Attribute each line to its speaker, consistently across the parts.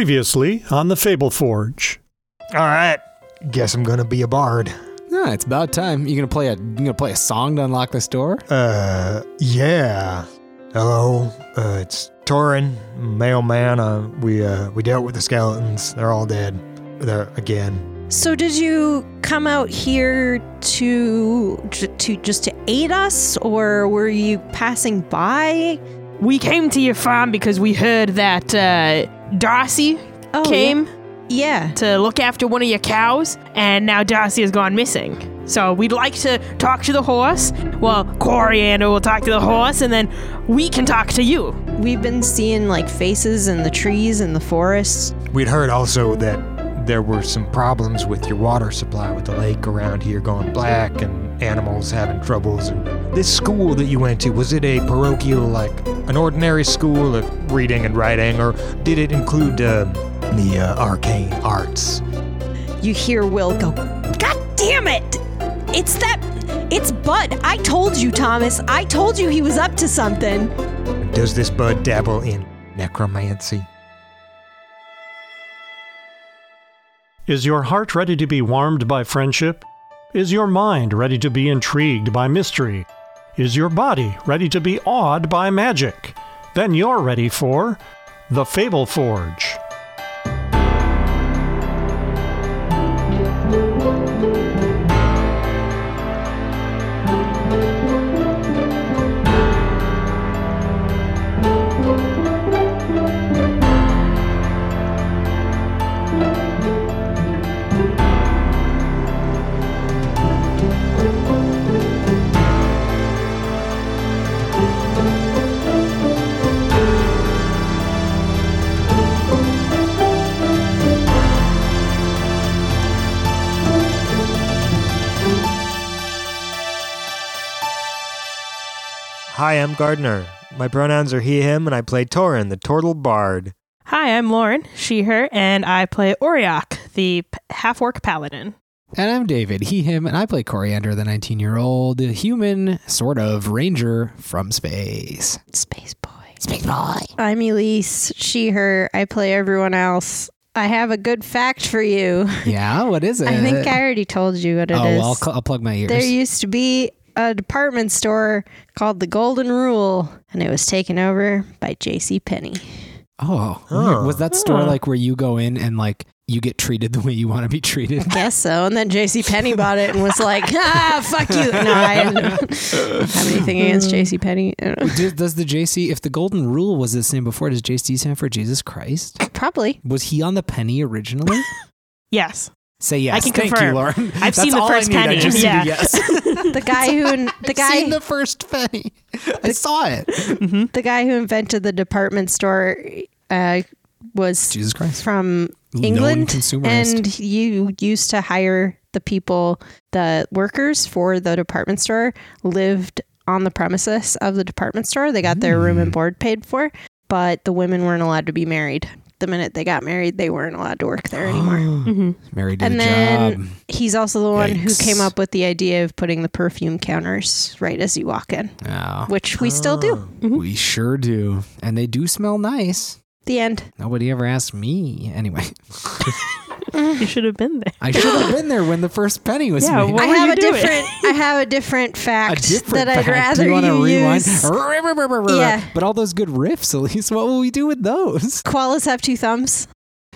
Speaker 1: Previously on the Fable Forge.
Speaker 2: All right. Guess I'm gonna be a bard.
Speaker 3: No, it's about time. You gonna play a you gonna play a song to unlock this door?
Speaker 2: Uh, yeah. Hello. Uh, it's Torin, mailman. Uh, we uh, we dealt with the skeletons. They're all dead. They're again.
Speaker 4: So did you come out here to j- to just to aid us or were you passing by?
Speaker 5: We came to your farm because we heard that uh, Darcy
Speaker 4: Oh,
Speaker 5: came
Speaker 4: Yeah.
Speaker 5: to look after one of your cows, and now Darcy has gone missing. So we'd like to talk to the horse. Well, Coriander will talk to the horse, and then we can talk to you.
Speaker 4: We've been seeing like faces in the trees in the forest.
Speaker 2: We'd heard also that there were some problems with your water supply with the lake around here going black and animals having troubles. And this school that you went to was it a parochial like an ordinary school of reading and writing, or did it include uh, the uh, arcane arts?
Speaker 4: You hear Will go, God damn it! It's that it's Bud. I told you, Thomas. I told you he was up to something.
Speaker 2: Does this bud dabble in necromancy?
Speaker 1: Is your heart ready to be warmed by friendship? Is your mind ready to be intrigued by mystery? Is your body ready to be awed by magic? Then you're ready for The Fable Forge.
Speaker 2: Hi, I'm Gardner. My pronouns are he, him, and I play Torin, the Tortle Bard.
Speaker 5: Hi, I'm Lauren, she, her, and I play Oriok, the p- half orc paladin.
Speaker 3: And I'm David, he, him, and I play Coriander, the 19 year old human sort of ranger from space.
Speaker 4: Space boy. Space boy. I'm Elise. She, her. I play everyone else. I have a good fact for you.
Speaker 3: Yeah, what is it?
Speaker 4: I think I already told you what it is.
Speaker 3: Uh-huh. Oh, I'll, cl- I'll plug my ears.
Speaker 4: There used to be a department store called the Golden Rule, and it was taken over by J.C. Penney.
Speaker 3: oh,
Speaker 2: Huh.
Speaker 3: was that store like where you go in and like you get treated the way you want to be treated?
Speaker 4: Guess so. And then J.C. Penney bought it and was like, "Ah, fuck you." No, I don't have anything against J.C. Penney. Uh,
Speaker 3: does, does the JC, if the golden rule was the same before, does JC stand for Jesus Christ?
Speaker 4: Probably.
Speaker 3: Was he on the penny originally?
Speaker 5: Yes.
Speaker 3: Say yes.
Speaker 5: I can
Speaker 3: Thank
Speaker 5: confirm.
Speaker 3: you, Lauren.
Speaker 5: I've
Speaker 3: That's
Speaker 5: seen the
Speaker 3: all
Speaker 5: first
Speaker 3: I need.
Speaker 5: penny.
Speaker 3: I just
Speaker 5: Yeah.
Speaker 3: need a yes.
Speaker 4: The guy who in, the guy
Speaker 3: seen the first penny. I saw it.
Speaker 4: the guy who invented the department store uh, was
Speaker 3: Jesus Christ.
Speaker 4: from
Speaker 3: Known
Speaker 4: England,
Speaker 3: consumerist.
Speaker 4: and you used to hire the people, the workers for the department store lived on the premises of the department store. They got their
Speaker 3: Mm.
Speaker 4: room and board paid for, but the women weren't allowed to be married. The minute they got married, they weren't allowed to work there anymore.
Speaker 3: Married to
Speaker 4: mm-hmm. and
Speaker 3: the
Speaker 4: then
Speaker 3: job.
Speaker 4: he's also the one who
Speaker 3: Yikes.
Speaker 4: came up with the idea of putting the perfume counters right as you walk in,
Speaker 3: Oh,
Speaker 4: which we still do.
Speaker 3: we sure do. And they do smell nice.
Speaker 4: The end.
Speaker 3: Nobody ever asked me. Anyway,
Speaker 5: You should have been there.
Speaker 3: I should have been there when the first penny was
Speaker 5: Yeah,
Speaker 3: made.
Speaker 5: what
Speaker 4: I
Speaker 5: were
Speaker 4: have
Speaker 5: you
Speaker 4: a
Speaker 5: doing?
Speaker 4: different. I have a different
Speaker 3: a
Speaker 4: fact
Speaker 3: different
Speaker 4: that I'd
Speaker 3: fact.
Speaker 4: rather
Speaker 3: do you wanna rewind?
Speaker 4: use. Yeah.
Speaker 3: But all those good riffs, at least, what will we do with those?
Speaker 4: Koalas have two thumbs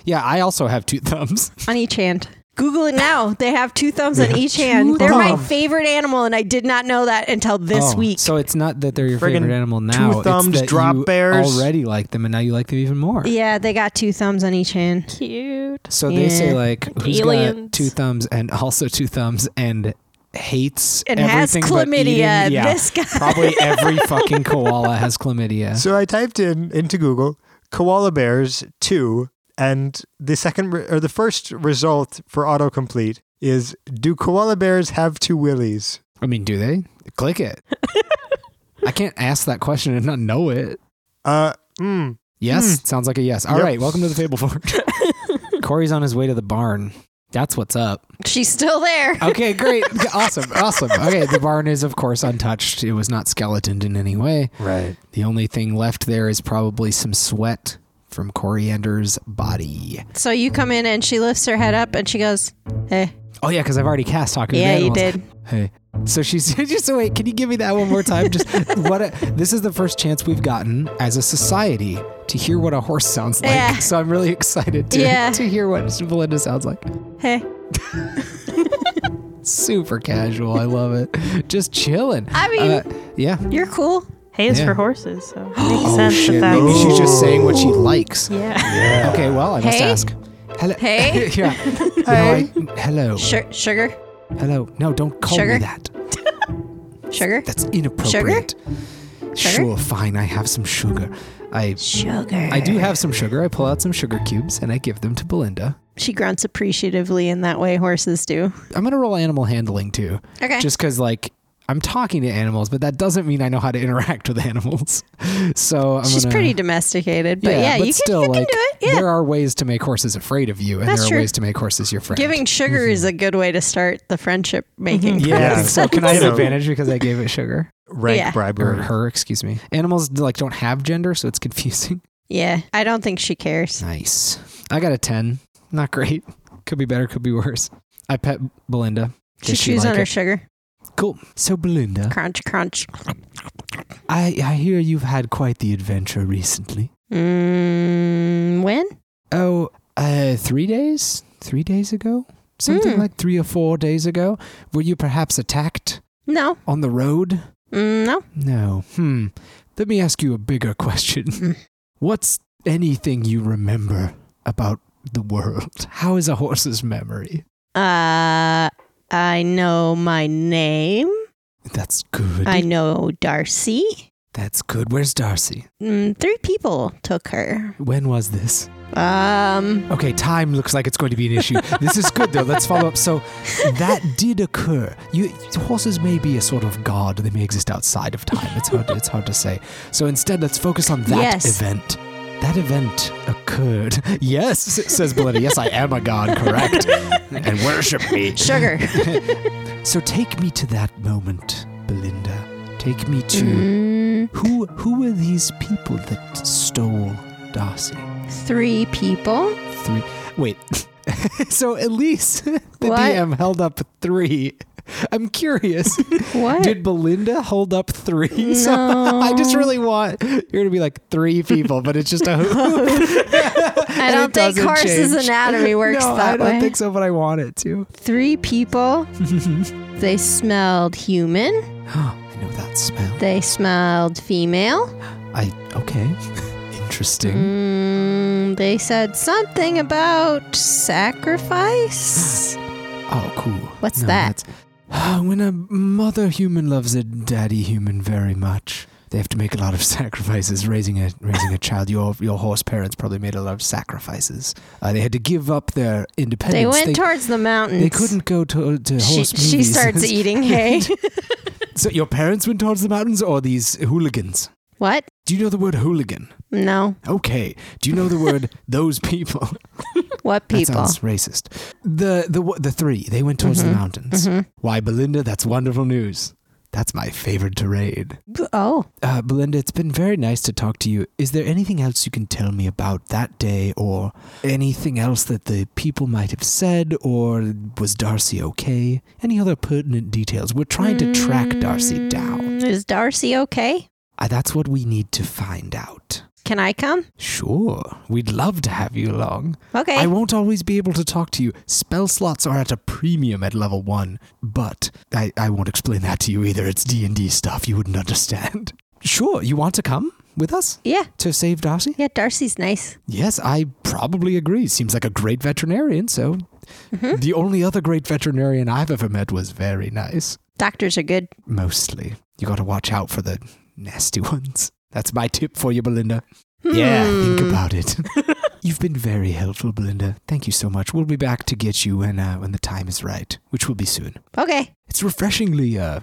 Speaker 3: Yeah, I also have two thumbs.
Speaker 4: on each hand. Google it now. They have two thumbs on each hand.
Speaker 3: two
Speaker 4: They're my
Speaker 3: thumbs.
Speaker 4: favorite animal, and I did not know that until this
Speaker 3: Oh,
Speaker 4: week.
Speaker 3: So it's not that they're your
Speaker 2: Friggin'
Speaker 3: favorite animal now. it's
Speaker 2: thumbs
Speaker 3: that
Speaker 2: drop
Speaker 3: you
Speaker 2: bears.
Speaker 3: already like them, and now you like them even more.
Speaker 4: yeah, they got two thumbs on each hand.
Speaker 5: Cute.
Speaker 3: So they say
Speaker 4: Yeah.
Speaker 3: like who's
Speaker 5: Aliens.
Speaker 3: got two thumbs and also two thumbs and hates
Speaker 4: And has
Speaker 3: everything but eating-
Speaker 4: chlamydia.
Speaker 3: Yeah,
Speaker 4: This guy.
Speaker 3: probably every fucking koala has chlamydia.
Speaker 2: So I typed in into Google koala bears two, and the second re- or the first result for autocomplete is do koala bears have two willies?
Speaker 3: I mean, do they click it? I can't ask that question and not know it.
Speaker 2: Uh, mm,
Speaker 3: Yes,
Speaker 4: Hmm.
Speaker 3: sounds like a yes. All right,
Speaker 2: Yep.
Speaker 3: welcome to the Fable Forge. Corey's on his way to the barn. That's what's up.
Speaker 4: She's still there.
Speaker 3: Okay, great, awesome, awesome. Okay, the barn is of course untouched. It was not skeletoned in any way.
Speaker 2: right.
Speaker 3: The only thing left there is probably some sweat from Coriander's body.
Speaker 4: So you come in and she lifts her head up and she goes, "Hey,
Speaker 3: Oh yeah, because I've already cast talking. to
Speaker 4: yeah, you
Speaker 3: animals.
Speaker 4: did."
Speaker 3: Hey. So she's just so wait. Can you give me that one more time? Just what? A, this is the first chance we've gotten as a society to hear what a horse sounds like.
Speaker 4: Yeah.
Speaker 3: So I'm really excited to
Speaker 4: Yeah.
Speaker 3: to hear what Belinda sounds like.
Speaker 4: Hey,
Speaker 3: Super casual. I love it. Just chilling. Uh,
Speaker 4: I mean-
Speaker 3: yeah.
Speaker 4: you're cool.
Speaker 5: Hay is
Speaker 3: Yeah.
Speaker 5: for horses, so it makes sense
Speaker 3: shit.
Speaker 5: that
Speaker 3: Maybe
Speaker 5: that's.
Speaker 3: she's just saying what she likes.
Speaker 5: Yeah.
Speaker 3: Okay. Well, I must
Speaker 4: Hey?
Speaker 3: ask. Hello.
Speaker 4: Hey?
Speaker 3: yeah. You know, I- hello.
Speaker 4: Su- sugar,
Speaker 3: Hello. No, don't call
Speaker 4: Sugar?
Speaker 3: me that.
Speaker 4: sugar,
Speaker 3: That's inappropriate. Sure, fine. I have some sugar. I
Speaker 4: sugar.
Speaker 3: I do have some sugar. I pull out some sugar cubes and I give them to Belinda.
Speaker 4: She grunts appreciatively in that way horses do.
Speaker 3: I'm gonna roll animal handling too,
Speaker 4: Okay.
Speaker 3: just because like I'm talking to animals, but that doesn't mean I know how to interact with animals. So I'm
Speaker 4: She's
Speaker 3: gonna-
Speaker 4: pretty domesticated, but yeah, you,
Speaker 3: but
Speaker 4: can,
Speaker 3: still,
Speaker 4: you can
Speaker 3: like,
Speaker 4: do it. Yeah.
Speaker 3: there are ways to make horses afraid of you, and
Speaker 4: That's
Speaker 3: there are
Speaker 4: true.
Speaker 3: ways to make horses your friend.
Speaker 4: Giving sugar is a good way to start the friendship making.
Speaker 3: Mm-hmm. yeah, I
Speaker 2: Yeah.
Speaker 3: think so can I have
Speaker 2: You know.
Speaker 3: advantage because I gave it sugar
Speaker 2: Rank
Speaker 4: Yeah.
Speaker 3: or
Speaker 2: bribery.
Speaker 3: her? Excuse me. Animals like don't have gender, so it's confusing.
Speaker 4: Yeah, I don't think she cares.
Speaker 3: Nice. I got a ten. Not great. Could be better. Could be worse. I pet Belinda.
Speaker 4: She
Speaker 3: Does she
Speaker 4: chews
Speaker 3: like
Speaker 4: on
Speaker 3: it?
Speaker 4: her
Speaker 3: Oh.
Speaker 4: sugar.
Speaker 3: Cool. So Belinda,
Speaker 4: Crunch, crunch.
Speaker 3: I, I hear you've had quite the adventure recently.
Speaker 4: Mm, when?
Speaker 3: Oh, uh, three days? Three days ago? Something
Speaker 4: Hmm.
Speaker 3: like three or four days ago? Were you perhaps attacked
Speaker 4: No.
Speaker 3: on the road?
Speaker 4: Mm, no.
Speaker 3: No. Hmm. Let me ask you a bigger
Speaker 4: Hmm.
Speaker 3: question. What's anything you remember about the world? How is a horse's memory?
Speaker 4: Uh, I know my name.
Speaker 3: That's good.
Speaker 4: I know Darcy.
Speaker 3: That's good. Where's Darcy?
Speaker 4: Mm, three people took her.
Speaker 3: When was this?
Speaker 4: Um,
Speaker 3: Okay, time looks like it's going to be an issue. this is good though. Let's follow up. So that did occur. You horses may be a sort of god. They may exist outside of time. It's hard. it's hard to say. So instead, let's focus on that
Speaker 4: Yes.
Speaker 3: event. That event occurred. Yes, says Belinda. Yes, I am a god. Correct. and worship me.
Speaker 4: sugar.
Speaker 3: So take me to that moment, Belinda. Take me to
Speaker 4: Mm,
Speaker 3: who? Who were these people that stole Darcy?
Speaker 4: three people.
Speaker 3: three. Wait. so Elise, the
Speaker 4: What?
Speaker 3: DM, held up three. I'm curious.
Speaker 4: What?
Speaker 3: Did Belinda hold up three? So I just
Speaker 4: No.
Speaker 3: really want you're gonna be like three people, but it's just a hoop.
Speaker 4: I don't think horses' anatomy works
Speaker 3: no,
Speaker 4: that
Speaker 3: I don't
Speaker 4: way.
Speaker 3: think so, but I want it to.
Speaker 4: Three people. they smelled human.
Speaker 3: I know that smell.
Speaker 4: They smelled female.
Speaker 3: I okay. Interesting.
Speaker 4: Mm, they said something about sacrifice.
Speaker 3: Oh, cool.
Speaker 4: What's that?
Speaker 3: that's- when a mother human loves a daddy human very much, they have to make a lot of sacrifices raising a raising a child. Your your horse parents probably made a lot of sacrifices. Uh, they had to give up their independence.
Speaker 4: They went towards the mountains.
Speaker 3: They couldn't go to to
Speaker 4: She,
Speaker 3: horse
Speaker 4: she
Speaker 3: movies.
Speaker 4: starts eating hay.
Speaker 3: so your parents went towards the mountains, or these hooligans?
Speaker 4: what?
Speaker 3: Do you know the word hooligan?
Speaker 4: No.
Speaker 3: Okay. Do you know the word those people?
Speaker 4: What people?
Speaker 3: That sounds racist. The the w- the three they went towards
Speaker 4: Mm-hmm.
Speaker 3: the mountains. Why, Belinda? That's wonderful news. That's my favorite terrain.
Speaker 4: Oh.
Speaker 3: Uh, Belinda, it's been very nice to talk to you. Is there anything else you can tell me about that day, or anything else that the people might have said, or was Darcy okay? Any other pertinent details? We're trying to track Darcy down.
Speaker 4: Mm, Is Darcy okay?
Speaker 3: Uh, that's what we need to find out.
Speaker 4: Can I come?
Speaker 3: Sure, we'd love to have you along.
Speaker 4: Okay.
Speaker 3: I won't always be able to talk to you. Spell slots are at a premium at level one, but I, I won't explain that to you either. It's D and D stuff you wouldn't understand. Sure, you want to come with us
Speaker 4: yeah.
Speaker 3: to save Darcy?
Speaker 4: Yeah, Darcy's nice.
Speaker 3: Yes, I probably agree. Seems like a great veterinarian. So, the only other great veterinarian I've ever met was very nice.
Speaker 4: Doctors are good.
Speaker 3: Mostly, you got to watch out for the nasty ones. That's my tip for you, Belinda. Yeah, think about it. You've been very helpful, Belinda. Thank you so much. We'll be back to get you when uh, when the time is right, which will be soon.
Speaker 4: Okay.
Speaker 3: It's refreshingly. Uh,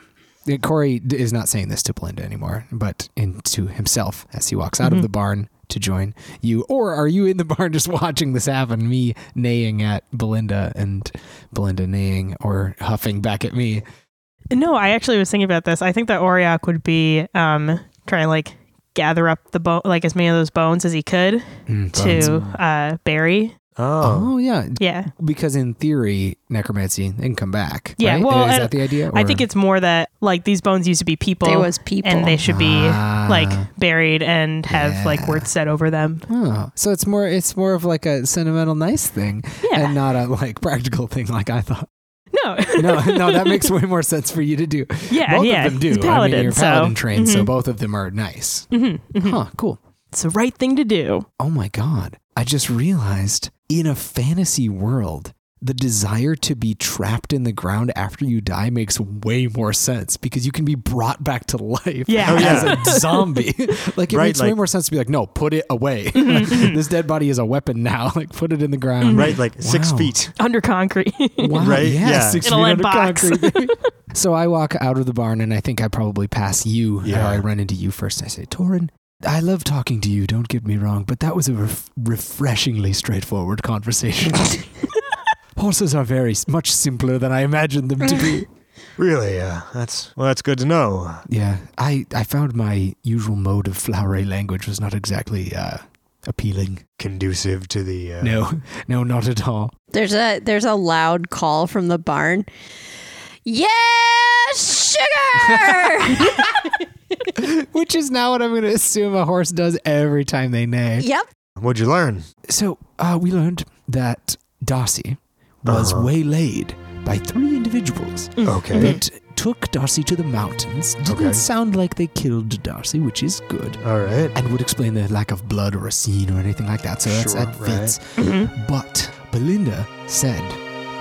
Speaker 3: uh, Corey d- is not saying this to Belinda anymore, but into himself as he walks out of the barn to join you. Or are you in the barn just watching this happen? Me neighing at Belinda and Belinda neighing or huffing back at me.
Speaker 5: No, I actually was thinking about this. I think that Oriok would be um, trying to like gather up the bone, like as many of those bones as he could
Speaker 3: Mm, bones.
Speaker 5: to uh, bury.
Speaker 2: Oh.
Speaker 3: Oh yeah,
Speaker 5: Yeah.
Speaker 3: because in theory, necromancy they can come back.
Speaker 5: Yeah,
Speaker 3: right?
Speaker 5: well,
Speaker 3: is
Speaker 5: I-
Speaker 3: that the idea?
Speaker 5: I think it's more that like these bones used to be people,
Speaker 4: They was people.
Speaker 5: and they should be
Speaker 3: Ah.
Speaker 5: like buried and have like
Speaker 3: Yeah.
Speaker 5: words said over them.
Speaker 3: Oh, so it's more it's more of like a sentimental nice thing
Speaker 5: Yeah.
Speaker 3: and not a like practical thing like I thought.
Speaker 5: no.
Speaker 3: No, no, that makes way more sense for you to do.
Speaker 5: yeah.
Speaker 3: both
Speaker 5: yeah.
Speaker 3: of them do.
Speaker 5: He's a paladin,
Speaker 3: I mean, you're
Speaker 5: so.
Speaker 3: paladin trained, so
Speaker 5: Mhm.
Speaker 3: both of them are nice.
Speaker 5: Mhm, mhm.
Speaker 3: Huh, cool.
Speaker 5: It's the right thing to do.
Speaker 3: Oh my god. I just realized in a fantasy world, the desire to be trapped in the ground after you die makes way more sense because you can be brought back to life
Speaker 5: Yeah. Oh,
Speaker 3: as
Speaker 5: yeah.
Speaker 3: a zombie. like it
Speaker 2: Right,
Speaker 3: makes way
Speaker 2: like-
Speaker 3: more sense to be like, no, put it away. this dead body is a weapon now. Like put it in the ground.
Speaker 2: Right, like six
Speaker 3: Wow.
Speaker 2: feet.
Speaker 5: Under concrete.
Speaker 3: Wow,
Speaker 2: Right?
Speaker 3: Yeah,
Speaker 2: Yeah.
Speaker 3: six
Speaker 5: In a
Speaker 3: feet
Speaker 5: lead
Speaker 3: under
Speaker 5: box.
Speaker 3: concrete. so I walk out of the barn, and I think I probably pass you.
Speaker 2: Yeah.
Speaker 3: Or I run into you first. I say, Torin, I love talking to you. Don't get me wrong, but that was a ref- refreshingly straightforward conversation. Horses are very s- much simpler than I imagined them to be.
Speaker 2: Really? Yeah. That's well. That's good to know.
Speaker 3: yeah, I, I found my usual mode of flowery language was not exactly uh, appealing.
Speaker 2: Conducive to the uh,
Speaker 3: No, no, not at all.
Speaker 4: There's a there's a loud call from the barn. Yeah, sugar.
Speaker 3: Which is now what I'm going to assume a horse does every time they neigh.
Speaker 4: yep.
Speaker 2: What'd you learn?
Speaker 3: So uh, we learned that Darcy was
Speaker 2: Uh-huh.
Speaker 3: waylaid by three individuals
Speaker 2: Okay.
Speaker 3: that took Darcy to the mountains. Didn't
Speaker 2: Okay.
Speaker 3: sound like they killed Darcy, which is good,
Speaker 2: All right.
Speaker 3: and would explain the lack of blood or a scene or anything like that. So that's,
Speaker 2: Sure,
Speaker 3: that fits.
Speaker 5: Mm-hmm.
Speaker 3: But Belinda said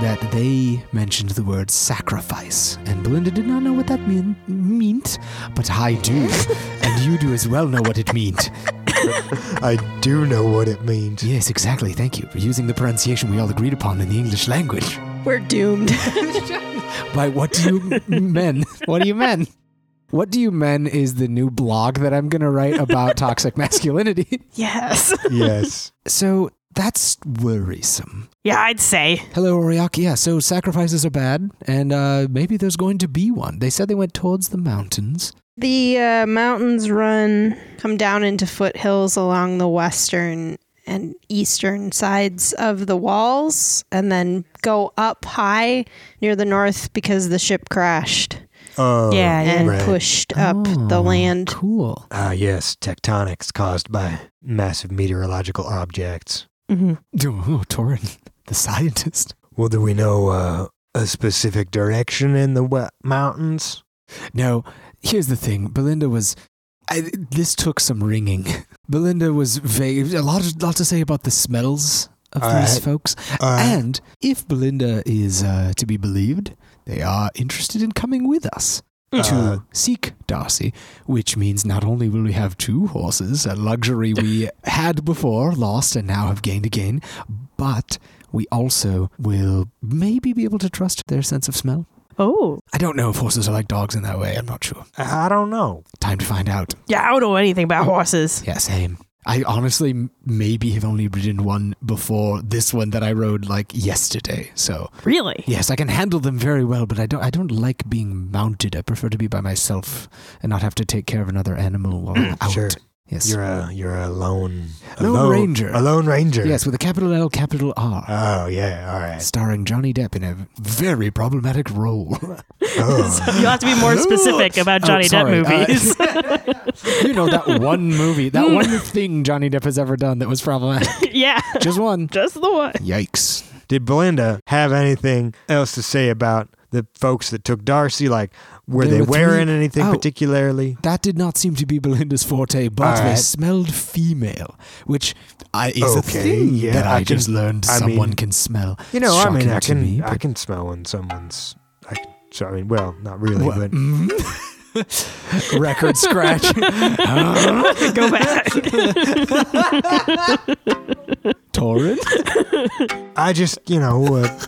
Speaker 3: that they mentioned the word sacrifice, and Belinda did not know what that mean, meant, but I do, and you do as well know what it meant.
Speaker 2: I do know what it means.
Speaker 3: Yes, exactly. Thank you for using the pronunciation we all agreed upon in the English language.
Speaker 4: We're doomed.
Speaker 3: By what do you men? What do you men? What do you men is the new blog that I'm going to write about toxic masculinity.
Speaker 5: yes.
Speaker 2: yes.
Speaker 3: So that's worrisome.
Speaker 5: Yeah, I'd say.
Speaker 3: Hello, Oriaki. Yeah, so sacrifices are bad, and uh, maybe there's going to be one. They said they went towards the mountains.
Speaker 4: The uh, mountains run come down into foothills along the western and eastern sides of the walls, and then go up high near the north because the ship crashed
Speaker 2: Oh.
Speaker 5: Yeah, yeah.
Speaker 4: and
Speaker 2: Right.
Speaker 4: pushed up the
Speaker 3: Oh,
Speaker 4: land.
Speaker 3: Cool.
Speaker 2: Ah, yes. Tectonics caused by massive meteorological objects.
Speaker 5: hmm
Speaker 3: Oh, Torin, the scientist.
Speaker 2: Well, do we know uh, a specific direction in the wa- mountains?
Speaker 3: No, here's the thing. Belinda was. I, this took some ringing. Belinda was vague. A lot, lot to say about the smells of
Speaker 2: All
Speaker 3: these
Speaker 2: right.
Speaker 3: folks.
Speaker 2: All right.
Speaker 3: And if Belinda is uh, to be believed, they are interested in coming with us
Speaker 2: Uh,
Speaker 3: to seek Darcy, which means not only will we have two horses, a luxury we had before, lost, and now have gained again, but we also will maybe be able to trust their sense of smell.
Speaker 5: Oh.
Speaker 3: I don't know if horses are like dogs in that way. I'm not sure.
Speaker 2: I don't know.
Speaker 3: Time to find out.
Speaker 5: Yeah, I don't know anything about horses.
Speaker 3: Yeah, same. I honestly m- maybe have only ridden one before this one that I rode like yesterday. So
Speaker 5: Really?
Speaker 3: yes, I can handle them very well, but I don't. I don't like being mounted. I prefer to be by myself and not have to take care of another animal or out.
Speaker 2: Mm, Sure.
Speaker 3: Yes.
Speaker 2: You're a you're a lone a
Speaker 3: Lone Ranger.
Speaker 2: A lone ranger.
Speaker 3: Yes, with a capital L, capital R.
Speaker 2: Oh yeah. All right.
Speaker 3: Starring Johnny Depp in a very problematic role.
Speaker 2: Oh.
Speaker 5: You'll have to be more specific about
Speaker 3: Oh,
Speaker 5: Johnny
Speaker 3: sorry.
Speaker 5: Depp
Speaker 3: Uh,
Speaker 5: movies.
Speaker 3: you know that one movie, that one thing Johnny Depp has ever done that was problematic.
Speaker 5: yeah,
Speaker 3: Just one.
Speaker 5: just the one.
Speaker 3: Yikes.
Speaker 2: Did Belinda have anything else to say about the folks that took Darcy? Like, were
Speaker 3: There
Speaker 2: they
Speaker 3: were three-
Speaker 2: wearing anything
Speaker 3: Oh.
Speaker 2: particularly?
Speaker 3: That did not seem to be Belinda's forte, but
Speaker 2: All
Speaker 3: they
Speaker 2: right.
Speaker 3: smelled female, which I, is a
Speaker 2: Okay,
Speaker 3: thing
Speaker 2: yeah,
Speaker 3: that I,
Speaker 2: I can-
Speaker 3: just learned
Speaker 2: I
Speaker 3: someone
Speaker 2: mean-
Speaker 3: can smell.
Speaker 2: You know, I mean,
Speaker 3: Shocking
Speaker 2: I
Speaker 3: to
Speaker 2: can
Speaker 3: me,
Speaker 2: I
Speaker 3: but-
Speaker 2: can smell when someone's. I, can- so I mean, well, not really,
Speaker 3: What?
Speaker 2: but
Speaker 3: Mm? Record scratch.
Speaker 5: Go back.
Speaker 3: Torrent.
Speaker 2: I just you know, uh,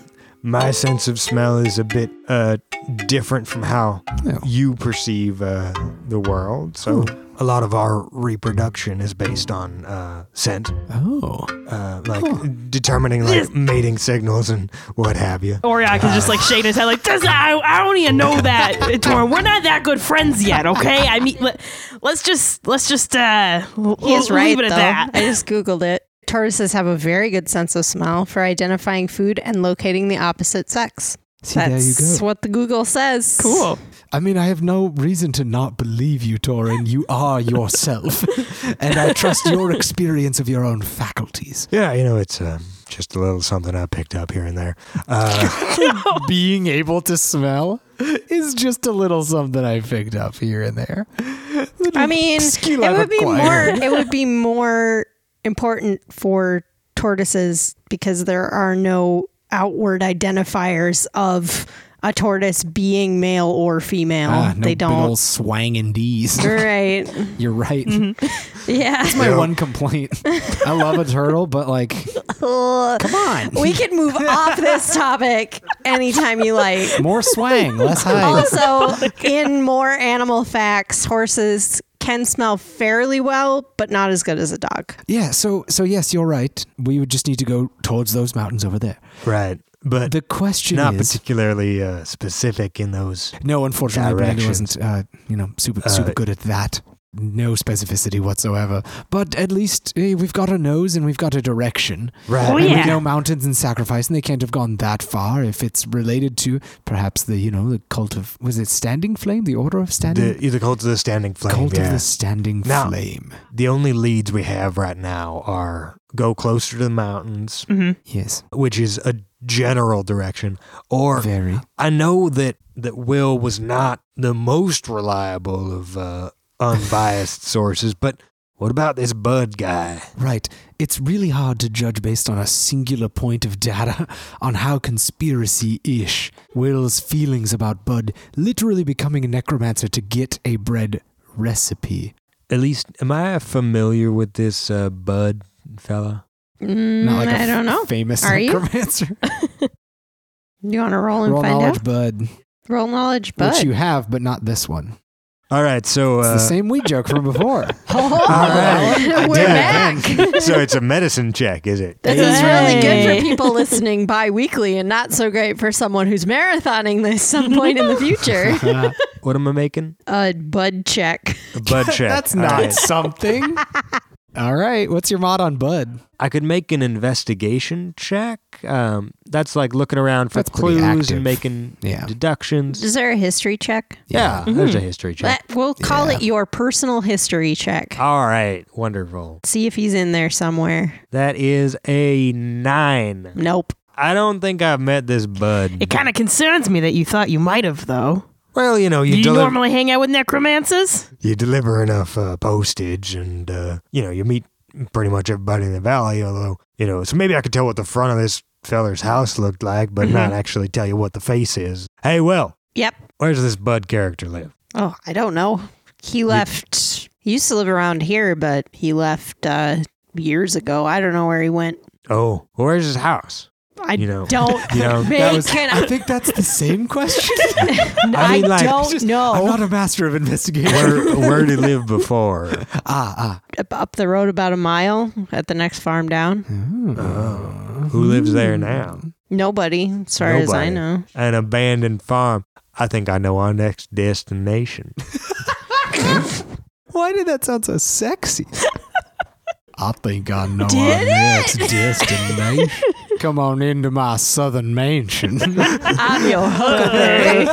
Speaker 2: my sense of smell is a bit uh, different from how
Speaker 3: Oh.
Speaker 2: you perceive uh, the world. So a lot of our reproduction is based on uh, scent,
Speaker 3: Oh.
Speaker 2: uh, like determining like mating signals and what have you.
Speaker 5: Oriok is just like shaking his head, like, "Does I, I don't even know that, uh, Torin. We're not that good friends yet, okay? I mean, let, us just let's just uh, l-
Speaker 4: He is
Speaker 5: l-
Speaker 4: right,
Speaker 5: leave it
Speaker 4: though.
Speaker 5: at
Speaker 4: I
Speaker 5: that.
Speaker 4: just Googled it. Tortoises have a very good sense of smell for identifying food and locating the opposite sex.
Speaker 3: See, there you
Speaker 4: That's
Speaker 3: go.
Speaker 4: what the Google says.
Speaker 5: Cool.
Speaker 3: I mean, I have no reason to not believe you, Torin. You are yourself. and I trust your experience of your own faculties.
Speaker 2: Yeah, you know, it's uh, just a little something I picked up here and there. Uh,
Speaker 3: Being able to smell is just a little something I picked up here and there.
Speaker 4: I mean,
Speaker 3: Skill
Speaker 4: it
Speaker 3: I've
Speaker 4: would be more.
Speaker 3: Mm. acquired.
Speaker 4: It would be more important for tortoises because there are no outward identifiers of a tortoise being male or female.
Speaker 3: Ah, no
Speaker 4: they
Speaker 3: big ol'
Speaker 4: don't. Mm-hmm.
Speaker 3: swangin' D's.
Speaker 4: Right.
Speaker 3: You're right.
Speaker 4: Yeah.
Speaker 3: That's my
Speaker 2: Yeah.
Speaker 3: one complaint. I love a turtle, but like, come on,
Speaker 4: We can move off this topic anytime you like.
Speaker 3: more swang, less hide.
Speaker 4: Also, in more animal facts, horses can smell fairly well, but not as good as a dog.
Speaker 3: Yeah. So, so yes, you're right. We would just need to go towards those mountains over there.
Speaker 2: right, but
Speaker 3: The question
Speaker 2: not
Speaker 3: is,
Speaker 2: particularly uh, specific in those.
Speaker 3: no, unfortunately, Brandon
Speaker 2: directions.
Speaker 3: wasn't, uh, you know, super super
Speaker 2: Uh,
Speaker 3: good at that. No specificity whatsoever. But at least eh, we've got a nose and we've got a direction.
Speaker 2: Right.
Speaker 5: Oh,
Speaker 3: and
Speaker 5: yeah.
Speaker 3: we know mountains and sacrifice, and they can't have gone that far if it's related to perhaps the you know the cult of was it Standing Flame, the Order of Standing.
Speaker 2: The, the cult of the standing flame.
Speaker 3: Cult
Speaker 2: yeah.
Speaker 3: of the Standing
Speaker 2: Now-
Speaker 3: Flame.
Speaker 2: The only leads we have right now are go closer to the mountains,
Speaker 5: hmm
Speaker 3: Yes,
Speaker 2: which is a general direction, or
Speaker 3: very.
Speaker 2: I know that that Will was not the most reliable of uh, unbiased sources, but what about this Bud guy?
Speaker 3: Right. It's really hard to judge based on a singular point of data on how conspiracy ish Will's feelings about Bud literally becoming a necromancer to get a bread recipe.
Speaker 2: At least, am I familiar with this uh, Bud fella?
Speaker 4: Mm,
Speaker 3: like
Speaker 4: I
Speaker 3: I
Speaker 4: don't know.
Speaker 3: Famous
Speaker 4: Are you?
Speaker 3: necromancer.
Speaker 4: You want to roll and
Speaker 3: Roll
Speaker 4: find
Speaker 3: knowledge,
Speaker 4: out?
Speaker 3: Bud.
Speaker 4: Roll knowledge,
Speaker 3: Which
Speaker 4: but
Speaker 3: you have, but not this one.
Speaker 2: All right, so
Speaker 3: It's
Speaker 2: uh,
Speaker 3: the same weed joke from before.
Speaker 4: Oh,
Speaker 2: right. I
Speaker 4: we're
Speaker 2: did it
Speaker 4: back.
Speaker 2: so it's a medicine check, is it?
Speaker 4: This is really good
Speaker 5: Hey.
Speaker 4: for people listening bi-weekly and not so great for someone who's marathoning this some point in the future.
Speaker 3: Uh,
Speaker 2: What am I making?
Speaker 4: A bud check.
Speaker 2: A Bud check.
Speaker 3: That's
Speaker 2: All
Speaker 3: not
Speaker 2: right.
Speaker 3: something. All right. What's your mod on Bud?
Speaker 2: I could make an investigation check. Um, that's like looking around for
Speaker 3: That's pretty
Speaker 2: clues
Speaker 3: active.
Speaker 2: and making
Speaker 3: Yeah.
Speaker 2: deductions.
Speaker 4: Is there a history check?
Speaker 2: Yeah, there's a history check. Uh,
Speaker 4: Let- we'll call
Speaker 3: Yeah.
Speaker 4: it your personal history check.
Speaker 2: All right, wonderful.
Speaker 4: See if he's in there somewhere.
Speaker 2: That is a nine.
Speaker 4: Nope.
Speaker 2: I don't think I've met this bud.
Speaker 5: It kind of concerns me that you thought you might have, though.
Speaker 2: well, you know,
Speaker 5: Do
Speaker 2: you
Speaker 5: you
Speaker 2: deliver
Speaker 5: normally hang out with necromancers?
Speaker 2: you deliver enough uh, postage, and uh, you know, you meet pretty much everybody in the valley. Although, you know, so maybe I could tell what the front of this feller's house looked like, but
Speaker 4: Mm-hmm.
Speaker 2: not actually tell you what the face is. Hey, well,
Speaker 4: Yep.
Speaker 2: where's this bud character live?
Speaker 4: Oh, I don't know. He left. He used to live around here, but he left uh, years ago. I don't know where he went.
Speaker 2: Oh, where's his house?
Speaker 4: I
Speaker 2: You know,
Speaker 4: don't
Speaker 2: you know, that
Speaker 4: make
Speaker 3: was-
Speaker 4: an.
Speaker 3: I think that's the same question.
Speaker 4: I,
Speaker 2: mean, like,
Speaker 4: don't
Speaker 3: Just- I'm
Speaker 4: know.
Speaker 3: not a master of investigation.
Speaker 2: Where where did he live before?
Speaker 3: ah, ah.
Speaker 4: Up- Up the road about a mile at the next farm down.
Speaker 2: Who lives there now?
Speaker 4: Nobody, Mm-hmm. as far as
Speaker 2: Nobody.
Speaker 4: I know.
Speaker 2: An abandoned farm. I think I know our next destination.
Speaker 3: Why did that sound so sexy? I think I know
Speaker 4: Did
Speaker 3: our next destination. Come on into my southern mansion.
Speaker 4: I'm your huckleberry.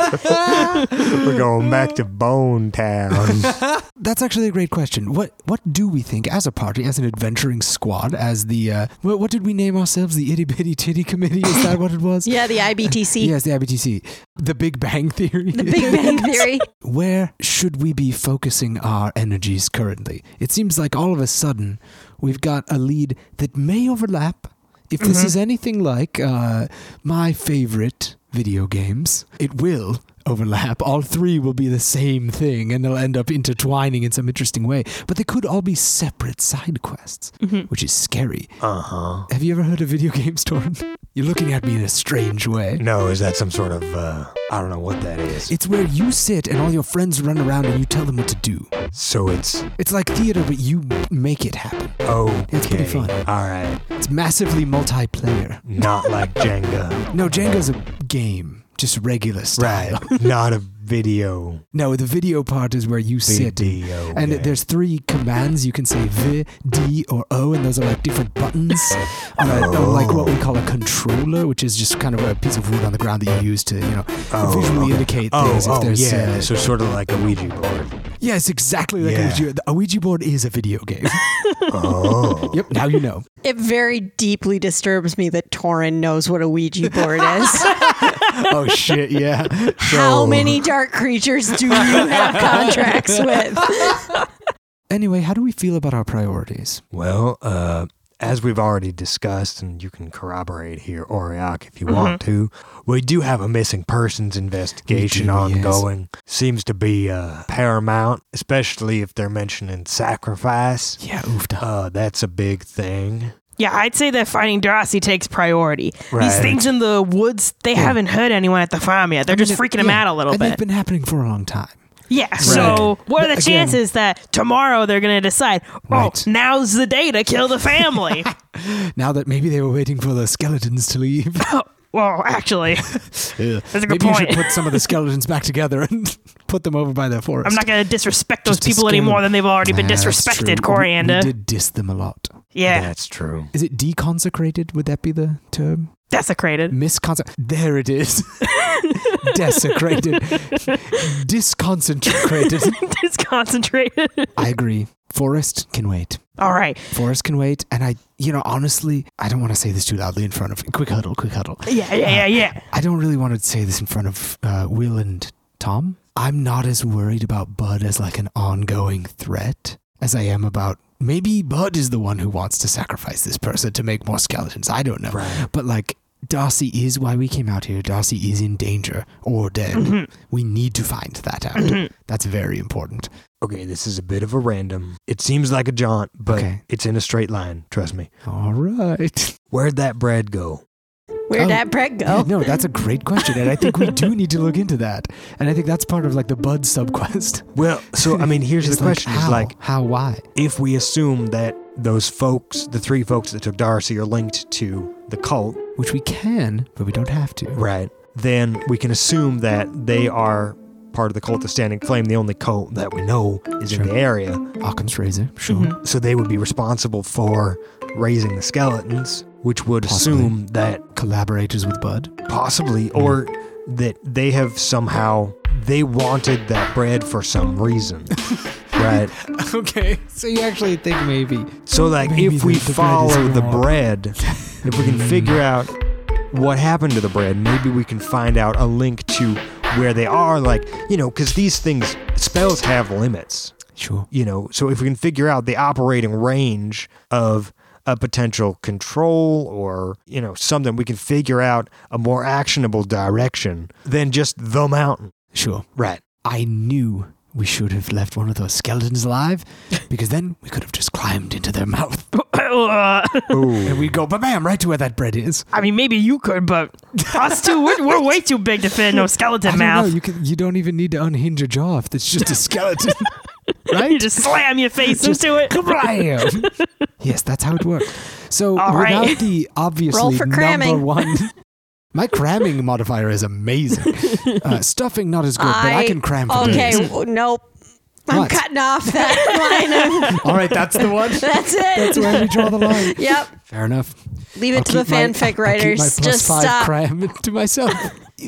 Speaker 2: We're going back to Bone Town.
Speaker 3: That's actually a great question. What what do we think as a party, as an adventuring squad, as the uh, what, what did we name ourselves? The itty bitty titty committee? Is that what it was?
Speaker 4: yeah, the IBTC,
Speaker 3: Yes, the IBTC, the Big Bang Theory.
Speaker 4: the Big Bang Theory.
Speaker 3: where should we be focusing our energies currently? It seems like all of a sudden we've got a lead that may overlap. If this is anything like uh, my favorite video games, it will overlap. All three will be the same thing and they'll end up intertwining in some interesting way. But they could all be separate side quests, which is scary.
Speaker 2: Uh huh.
Speaker 3: Have you ever heard of video games, Torrent? You're looking at me in a strange way.
Speaker 2: No, is that some sort of, uh, I don't know what that is.
Speaker 3: It's where you sit and all your friends run around and you tell them what to do.
Speaker 2: so it's,
Speaker 3: It's like theater, but you make it happen.
Speaker 2: okay.
Speaker 3: It's pretty fun.
Speaker 2: All right.
Speaker 3: It's massively multiplayer.
Speaker 2: Not like Jenga.
Speaker 3: No, Django's a game, just regular style.
Speaker 2: Right. Not a video.
Speaker 3: No, the video part is where you sit.
Speaker 2: Video
Speaker 3: And
Speaker 2: game.
Speaker 3: there's three commands. You can say V, D, or O, and those are like different buttons on, a,
Speaker 2: Oh.
Speaker 3: on like what we call a controller, which is just kind of a piece of wood on the ground that you use to, you know, visually
Speaker 2: okay.
Speaker 3: indicate
Speaker 2: Oh,
Speaker 3: things.
Speaker 2: oh
Speaker 3: if there's,
Speaker 2: yeah.
Speaker 3: uh,
Speaker 2: so sort of like a Ouija board.
Speaker 3: yeah, it's exactly like
Speaker 2: Yeah.
Speaker 3: a Ouija. The Ouija board is a video game.
Speaker 2: Oh.
Speaker 3: yep, now you know.
Speaker 4: It very deeply disturbs me that Torin knows what a Ouija board is.
Speaker 3: Oh shit, yeah.
Speaker 4: How many dark creatures do you have contracts with?
Speaker 3: Anyway, how do we feel about our priorities?
Speaker 2: Well, uh, as we've already discussed, and you can corroborate here, Oriok, if you want to, we do have a missing persons investigation
Speaker 3: We do, yes.
Speaker 2: ongoing. Seems to be uh, paramount, especially if they're mentioning sacrifice.
Speaker 3: Yeah, oofed up.
Speaker 2: Uh, that's a big thing.
Speaker 5: Yeah, I'd say that finding Darcy takes priority.
Speaker 2: Right.
Speaker 5: These things in the woods, they haven't hurt anyone at the farm yet. They're just freaking them out a little
Speaker 3: and
Speaker 5: bit.
Speaker 3: They've been happening for a long time.
Speaker 5: yeah. So, what are the
Speaker 3: Again-
Speaker 5: chances that tomorrow they're going to decide, oh,
Speaker 3: Right.
Speaker 5: now's the day to kill the family?
Speaker 3: Now that maybe they were waiting for the skeletons to leave.
Speaker 5: well, actually,
Speaker 3: That's
Speaker 5: a good
Speaker 3: Maybe you
Speaker 5: point.
Speaker 3: should put some of the skeletons back together and put them over by the forest.
Speaker 5: I'm not going to disrespect those
Speaker 3: Just to
Speaker 5: people
Speaker 3: scare
Speaker 5: any more
Speaker 3: them.
Speaker 5: than they've already been
Speaker 3: Nah, that's
Speaker 5: disrespected,
Speaker 3: true. We-
Speaker 5: Coriander.
Speaker 3: We did diss them a lot.
Speaker 5: yeah,
Speaker 2: That's true.
Speaker 3: Is it deconsecrated? Would that be the term?
Speaker 5: desecrated.
Speaker 3: Misconsecrated. There it is. Desecrated. Disconcentrated.
Speaker 5: it's concentrated.
Speaker 3: I agree. Forest can wait.
Speaker 5: All right.
Speaker 3: Forest can wait. And I, you know, honestly, I don't want to say this too loudly in front of. Quick huddle, quick huddle.
Speaker 5: Yeah, yeah, yeah, yeah.
Speaker 3: I don't really want to say this in front of uh, Will and Tom. I'm not as worried about Bud as like an ongoing threat as I am about maybe Bud is the one who wants to sacrifice this person to make more skeletons. I don't know.
Speaker 2: Right.
Speaker 3: But like, Darcy is why we came out here. Darcy is in danger or dead. We need to find that out. That's very important.
Speaker 2: Okay, this is a bit of a random. It seems like a jaunt, but
Speaker 3: Okay.
Speaker 2: it's in a straight line. Trust me.
Speaker 3: All right.
Speaker 2: Where'd that bread go?
Speaker 4: Where'd
Speaker 3: Oh.
Speaker 4: that bread
Speaker 3: Yeah,
Speaker 4: go?
Speaker 3: no, that's a great question. And I think we do need to look into that. And I think that's part of like the Bud subquest.
Speaker 2: Well, so I mean, here's
Speaker 3: It's
Speaker 2: the question:
Speaker 3: How?
Speaker 2: is like,
Speaker 3: how? Why?
Speaker 2: if we assume that those folks, the three folks that took Darcy, are linked to the cult,
Speaker 3: which we can, but we don't have to.
Speaker 2: right? Then we can assume that they are part of the cult of Standing Flame, the only cult that we know is
Speaker 3: Sure.
Speaker 2: in the area.
Speaker 3: Occam's razor, sure.
Speaker 2: So they would be responsible for raising the skeletons, which would
Speaker 3: Possibly.
Speaker 2: assume that
Speaker 3: Collaborators with Bud.
Speaker 2: possibly, or that they have somehow they wanted that bread for some reason, right?
Speaker 3: Okay, so you actually think maybe?
Speaker 2: So, like,
Speaker 3: Maybe
Speaker 2: if we
Speaker 3: the- the bread is
Speaker 2: follow the
Speaker 3: wrong. Mm.
Speaker 2: bread, if we can figure out what happened to the bread, maybe we can find out a link to where they are. Like, you know, because these things, spells have limits,
Speaker 3: Sure.
Speaker 2: you know. So, if we can figure out the operating range of a potential control or, you know, something, we can figure out a more actionable direction than just the mountain.
Speaker 3: Sure.
Speaker 2: Right.
Speaker 3: I knew we should have left one of those skeletons alive, because then we could have just climbed into their mouth. And
Speaker 2: Ooh.
Speaker 3: we'd go, bam, right to where that bread is.
Speaker 5: I mean, maybe you could, but us two, we're, we're way too big to fit in no
Speaker 3: I
Speaker 5: skeleton
Speaker 3: don't
Speaker 5: mouth.
Speaker 3: know, you, can, you don't even need to unhinge a jaw if it's just a skeleton. right?
Speaker 5: You just slam your face into it.
Speaker 3: Kablam! yes, that's how it works. So
Speaker 5: All right.
Speaker 3: without the
Speaker 4: Roll
Speaker 3: obviously
Speaker 4: for
Speaker 3: number
Speaker 4: cramming.
Speaker 3: one, my cramming modifier is amazing. Uh, stuffing not as good, but I can cram for
Speaker 4: Okay,
Speaker 3: days.
Speaker 4: w- nope. I'm
Speaker 3: What?
Speaker 4: cutting off that line. Of,
Speaker 3: All right, that's the one.
Speaker 4: that's it.
Speaker 3: That's where we draw the line.
Speaker 4: Yep.
Speaker 3: Fair enough.
Speaker 4: Leave it to the fanfic writers. Just stop.
Speaker 3: cram to myself.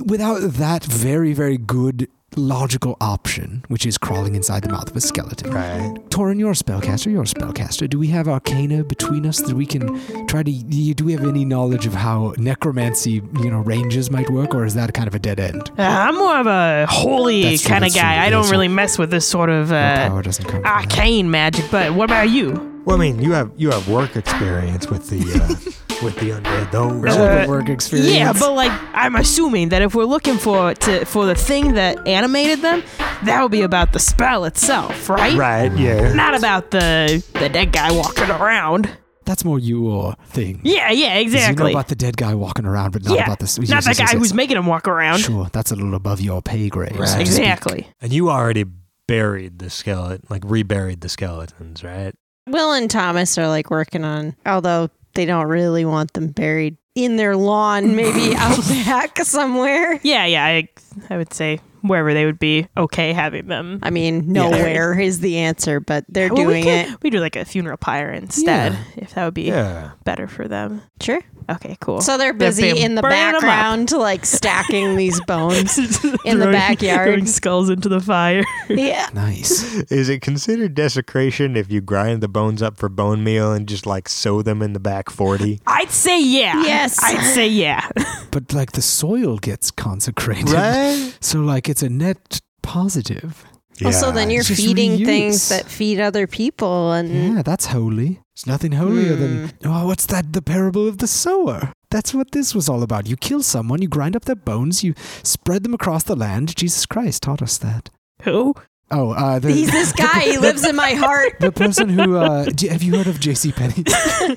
Speaker 3: Without that very very good logical option, which is crawling inside the mouth of a skeleton.
Speaker 2: Right.
Speaker 3: Torin, you're a spellcaster. You're a spellcaster. Do we have arcana between us that we can try to? Do we have any knowledge of how necromancy, you know, ranges might work, or is that kind of a dead end?
Speaker 5: Uh, I'm more of a holy
Speaker 3: That's true,
Speaker 5: kind of
Speaker 3: that's true,
Speaker 5: guy. I don't
Speaker 3: that's
Speaker 5: really mess with this sort of
Speaker 3: Your
Speaker 5: uh,
Speaker 3: power doesn't come. From that.
Speaker 5: arcane magic. But what about you?
Speaker 2: Well, I mean, you have you have work experience with the uh, with the undead, though.
Speaker 3: It's
Speaker 2: right?
Speaker 3: not
Speaker 5: Uh,
Speaker 3: the work experience.
Speaker 5: Yeah, but like I'm assuming that if we're looking for to for the thing that animated them, that would be about the spell itself, right?
Speaker 2: Right, yeah.
Speaker 5: Not about the the dead guy walking around.
Speaker 3: That's more your thing.
Speaker 5: Yeah, yeah,
Speaker 3: Because You
Speaker 5: exactly.
Speaker 3: know about the dead guy walking around, but not
Speaker 5: yeah,
Speaker 3: about this.
Speaker 5: not
Speaker 3: yes,
Speaker 5: the
Speaker 3: yes,
Speaker 5: guy
Speaker 3: yes, yes.
Speaker 5: who's making him walk around.
Speaker 3: Sure, that's a little above your pay grade. so
Speaker 2: Right.
Speaker 3: to speak.
Speaker 5: Exactly.
Speaker 2: And you already buried the skeleton, like reburied the skeletons, right?
Speaker 4: Will and Thomas are like working on, although they don't really want them buried in their lawn, maybe out back somewhere.
Speaker 5: Yeah, yeah. I, I would say wherever they would be okay having them.
Speaker 4: I mean, nowhere is the answer, but they're
Speaker 5: Well,
Speaker 4: doing
Speaker 5: we could-
Speaker 4: it.
Speaker 5: We do like a funeral pyre instead, if that would be
Speaker 2: Yeah.
Speaker 5: better for them.
Speaker 4: Sure.
Speaker 5: Okay, cool.
Speaker 4: So they're busy
Speaker 5: bam-
Speaker 4: in the
Speaker 5: burn 'em up.
Speaker 4: background, like stacking these bones in the
Speaker 5: Throwing- throwing
Speaker 4: backyard.
Speaker 5: skulls into the fire.
Speaker 4: Yeah.
Speaker 3: Nice.
Speaker 2: Is it considered desecration if you grind the bones up for bone meal and just like sew them in the back 40?
Speaker 5: I'd say yeah.
Speaker 4: Yes.
Speaker 5: I'd say yeah.
Speaker 3: but like the soil gets consecrated.
Speaker 2: Right?
Speaker 3: So like it's a net positive.
Speaker 4: Also, then you're
Speaker 3: It's just
Speaker 4: feeding
Speaker 3: reuse.
Speaker 4: things that feed other people, and
Speaker 3: Yeah, that's holy. It's nothing holier than oh, what's that? The parable of the sower. That's what this was all about. You kill someone, you grind up their bones, you spread them across the land. Jesus Christ taught us that.
Speaker 5: Who?
Speaker 3: Oh, uh, the,
Speaker 4: he's this guy. He lives in my heart.
Speaker 3: the person who uh, j- have you heard of J.C. Penney?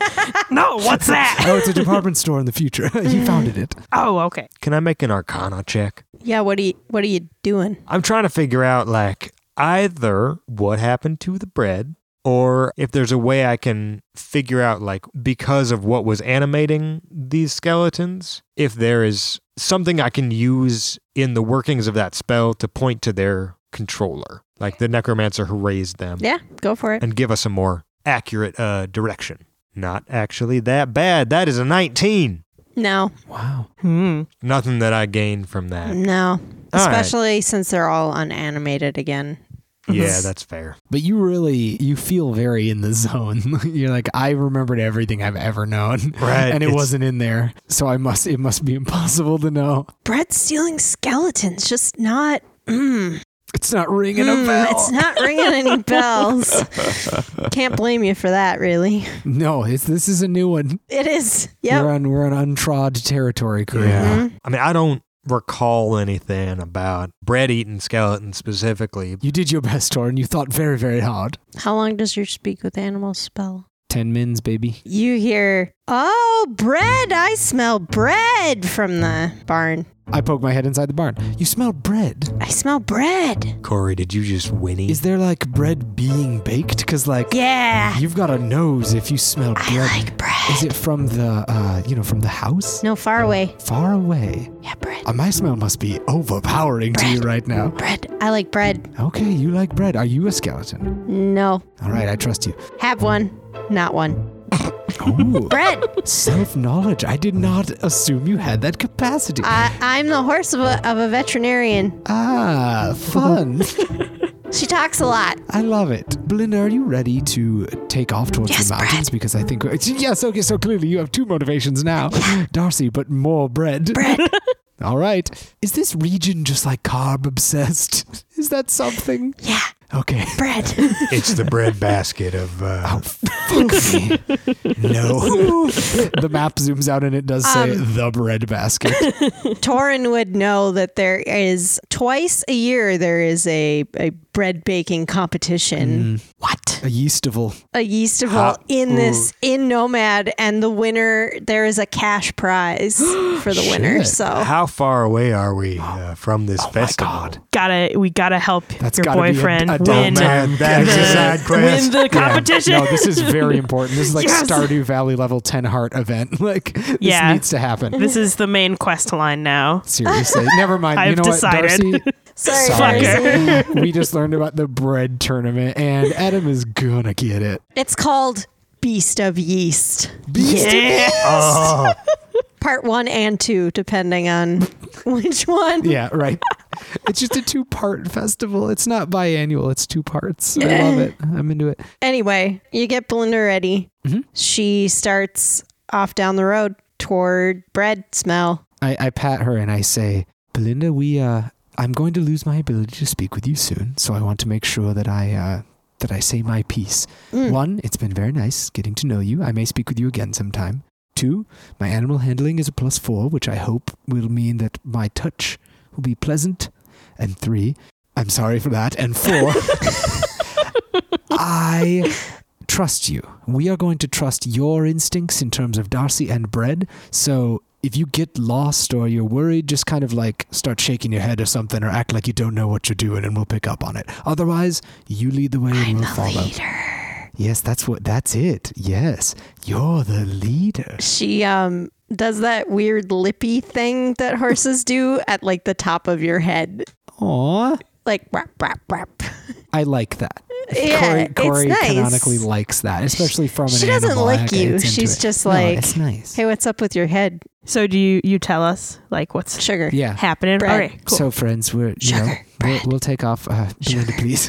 Speaker 5: No, what's that?
Speaker 3: oh, it's a department store in the future. he founded it.
Speaker 5: oh, okay.
Speaker 2: Can I make an arcana check?
Speaker 4: Yeah. What are you? What are you doing?
Speaker 2: I'm trying to figure out like either what happened to the bread or if there's a way I can figure out like because of what was animating these skeletons, if there is something I can use in the workings of that spell to point to their controller, like the necromancer who raised them
Speaker 4: Yeah. Go for it.
Speaker 2: and give us a more accurate uh, direction. Not actually that bad. That is a 19.
Speaker 4: No.
Speaker 3: Wow.
Speaker 5: Hmm.
Speaker 2: Nothing that I gained from that. All
Speaker 4: No.
Speaker 2: right.
Speaker 4: Especially since they're all unanimated again.
Speaker 2: Yeah, that's fair.
Speaker 3: But you really you feel very in the zone. You're like, I remembered everything I've ever known.
Speaker 2: Right,
Speaker 3: And
Speaker 2: it's-
Speaker 3: it wasn't in there. So I must it must be impossible to know.
Speaker 4: Bread stealing skeletons, just not. Mm,
Speaker 3: It's not ringing a
Speaker 4: mm,
Speaker 3: bell.
Speaker 4: It's not ringing any bells. Can't blame you for that, really.
Speaker 3: No, it's this is a new one.
Speaker 4: It is. Yep. Mm-hmm.
Speaker 3: We're on we're on untrod territory, Korea.
Speaker 2: I mean, I don't recall anything about bread eating skeletons specifically.
Speaker 3: You did your best, Torin. You thought very, very hard.
Speaker 4: How long does your speak with animals spell?
Speaker 3: Ten mins, baby.
Speaker 4: You hear, oh, bread! I smell bread from the barn.
Speaker 3: I poke my head inside the barn. You smell bread.
Speaker 4: I smell bread.
Speaker 2: Corey, did you just whinny?
Speaker 3: Is there like bread being baked? Cause like
Speaker 4: Yeah,
Speaker 3: you've got a nose if you smell bread.
Speaker 4: I like bread.
Speaker 3: Is it from the uh you know, from the house?
Speaker 4: No, far away.
Speaker 3: Far away.
Speaker 4: Yeah, bread.
Speaker 3: Uh, my smell must be overpowering to you right now.
Speaker 4: Bread. I like bread.
Speaker 3: Okay, you like bread. Are you a skeleton?
Speaker 4: No.
Speaker 3: All right, I trust you.
Speaker 4: Have one, not one.
Speaker 3: Ooh,
Speaker 4: Bread.
Speaker 3: self knowledge. I did not assume you had that capacity.
Speaker 4: I, I'm the horse of a, of a veterinarian.
Speaker 3: ah, fun.
Speaker 4: She talks a lot.
Speaker 3: I love it. Belinda, are you ready to take off towards
Speaker 4: Yes,
Speaker 3: the mountains? Because I think. Yes, okay, so clearly you have two motivations now Darcy, but more bread.
Speaker 4: Bread.
Speaker 3: All right. Is this region just like carb obsessed? Is that something?
Speaker 4: Yeah,
Speaker 3: Okay.
Speaker 4: bread.
Speaker 2: it's the bread basket of. Uh,
Speaker 3: Fuck me. No. the map zooms out and it does say
Speaker 5: Um,
Speaker 3: the bread basket.
Speaker 4: Torin would know that there is twice a year there is a, a bread baking competition.
Speaker 3: Mm-hmm.
Speaker 4: What?
Speaker 3: A yeastival.
Speaker 4: A yeastival
Speaker 2: Ha-
Speaker 4: in this in Nomad and the winner there is a cash prize for the winner.
Speaker 3: Shit.
Speaker 4: So
Speaker 2: how far away are we uh, from this festival?
Speaker 5: Gotta we gotta help
Speaker 3: That's
Speaker 5: your
Speaker 3: gotta be a-
Speaker 5: boyfriend
Speaker 3: a
Speaker 2: Oh,
Speaker 3: dumb
Speaker 5: win the,
Speaker 2: man, that is a side
Speaker 5: win
Speaker 2: quest.
Speaker 5: the competition.
Speaker 3: No, this is very important. This is like
Speaker 5: Yes.
Speaker 3: Stardew Valley level 10 heart event. Like, this
Speaker 5: Yeah.
Speaker 3: needs to happen.
Speaker 5: This is the main quest line now.
Speaker 3: Seriously. Never mind. you
Speaker 5: I've
Speaker 3: know
Speaker 5: decided.
Speaker 3: what,
Speaker 4: sorry,
Speaker 3: Sorry.
Speaker 4: Darcy.
Speaker 3: Darcy? we just learned about the bread tournament and Adam is gonna get it.
Speaker 4: It's called Beast of Yeast.
Speaker 3: Beast.
Speaker 5: Yeah.
Speaker 2: Oh,
Speaker 4: Part one and two, depending on which one.
Speaker 3: Yeah, right. It's just a two part festival. It's not biannual, it's two parts. I love it. I'm into it.
Speaker 4: Anyway, you get Belinda ready.
Speaker 3: Mm-hmm.
Speaker 4: She starts off down the road toward bread smell.
Speaker 3: I, I pat her and I say, Belinda, we uh, I'm going to lose my ability to speak with you soon, so I want to make sure that I uh, that I say my piece.
Speaker 4: Mm.
Speaker 3: One, it's been very nice getting to know you. I may speak with you again sometime. Two, my animal handling is a plus four, which I hope will mean that my touch will be pleasant. And three, I'm sorry for that. And four, I trust you. We are going to trust your instincts in terms of Darcy and Bread. So if you get lost or you're worried, just kind of like start shaking your head or something or act like you don't know what you're doing and we'll pick up on it. Otherwise, you lead the way and we'll follow. Yes, that's what that's it. Yes. You're the leader.
Speaker 4: She um does that weird lippy thing that horses do at like the top of your head.
Speaker 3: Aw.
Speaker 4: Like rap rap rap.
Speaker 3: I like that. Corey,
Speaker 4: Yeah,
Speaker 3: Corey
Speaker 4: it's nice.
Speaker 3: canonically likes that, especially from an
Speaker 4: she doesn't
Speaker 3: animal
Speaker 4: lick
Speaker 3: act.
Speaker 4: you.
Speaker 3: It's into
Speaker 4: She's
Speaker 3: it.
Speaker 4: just
Speaker 3: No,
Speaker 4: like,
Speaker 3: it's nice.
Speaker 4: Hey, what's up with your head?
Speaker 5: So do you you tell us like what's
Speaker 4: Sugar.
Speaker 3: yeah.
Speaker 5: happening?
Speaker 4: Bread.
Speaker 5: All right, cool.
Speaker 3: So, friends, we're you know,
Speaker 4: Sugar,
Speaker 3: we'll,
Speaker 4: bread.
Speaker 3: we'll take off. Uh, Belinda, please,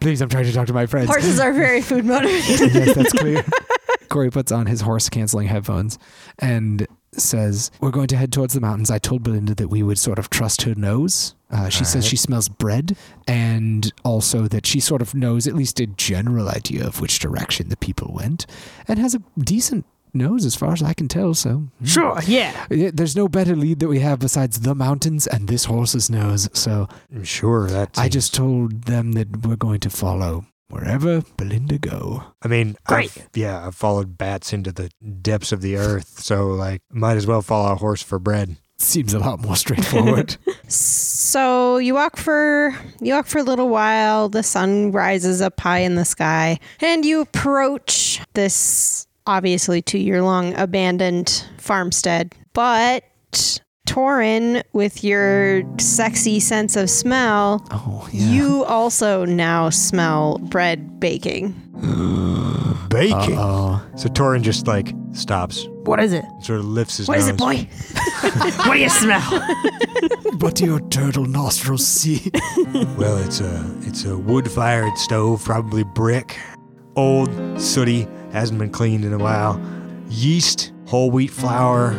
Speaker 3: please, I'm trying to talk to my friends.
Speaker 4: Horses are very food motivated.
Speaker 3: yes, that's clear. Corey puts on his horse canceling headphones and says, We're going to head towards the mountains. I told Belinda that we would sort of trust her nose. Uh, she says she smells bread and also that she sort of knows at least a general idea of which direction the people went and has a decent nose as far as I can tell. So, mm.
Speaker 5: sure, yeah.
Speaker 3: Yeah, There's no better lead that we have besides the mountains and this horse's nose. So
Speaker 2: I'm sure that's.
Speaker 3: I just told them that we're going to follow wherever Belinda go.
Speaker 2: I mean,
Speaker 5: Great.
Speaker 2: I've, yeah, I've followed bats into the depths of the earth, so like, might as well follow a horse for bread.
Speaker 3: Seems a lot more straightforward.
Speaker 4: so you walk for you walk for a little while. The sun rises up high in the sky, and you approach this obviously two year long abandoned farmstead. But Torin, with your sexy sense of smell,
Speaker 3: oh, yeah.
Speaker 4: you also now smell bread baking.
Speaker 2: Baking.
Speaker 3: Oh,
Speaker 2: So Torin just like stops,
Speaker 5: What is it?
Speaker 2: and sort of lifts his.
Speaker 4: What is
Speaker 2: nose.
Speaker 4: it, boy?
Speaker 5: What do you smell?
Speaker 3: what do your turtle nostrils see?
Speaker 2: Well, it's a it's a wood-fired stove, probably brick, old, sooty, hasn't been cleaned in a while. Yeast, whole wheat flour.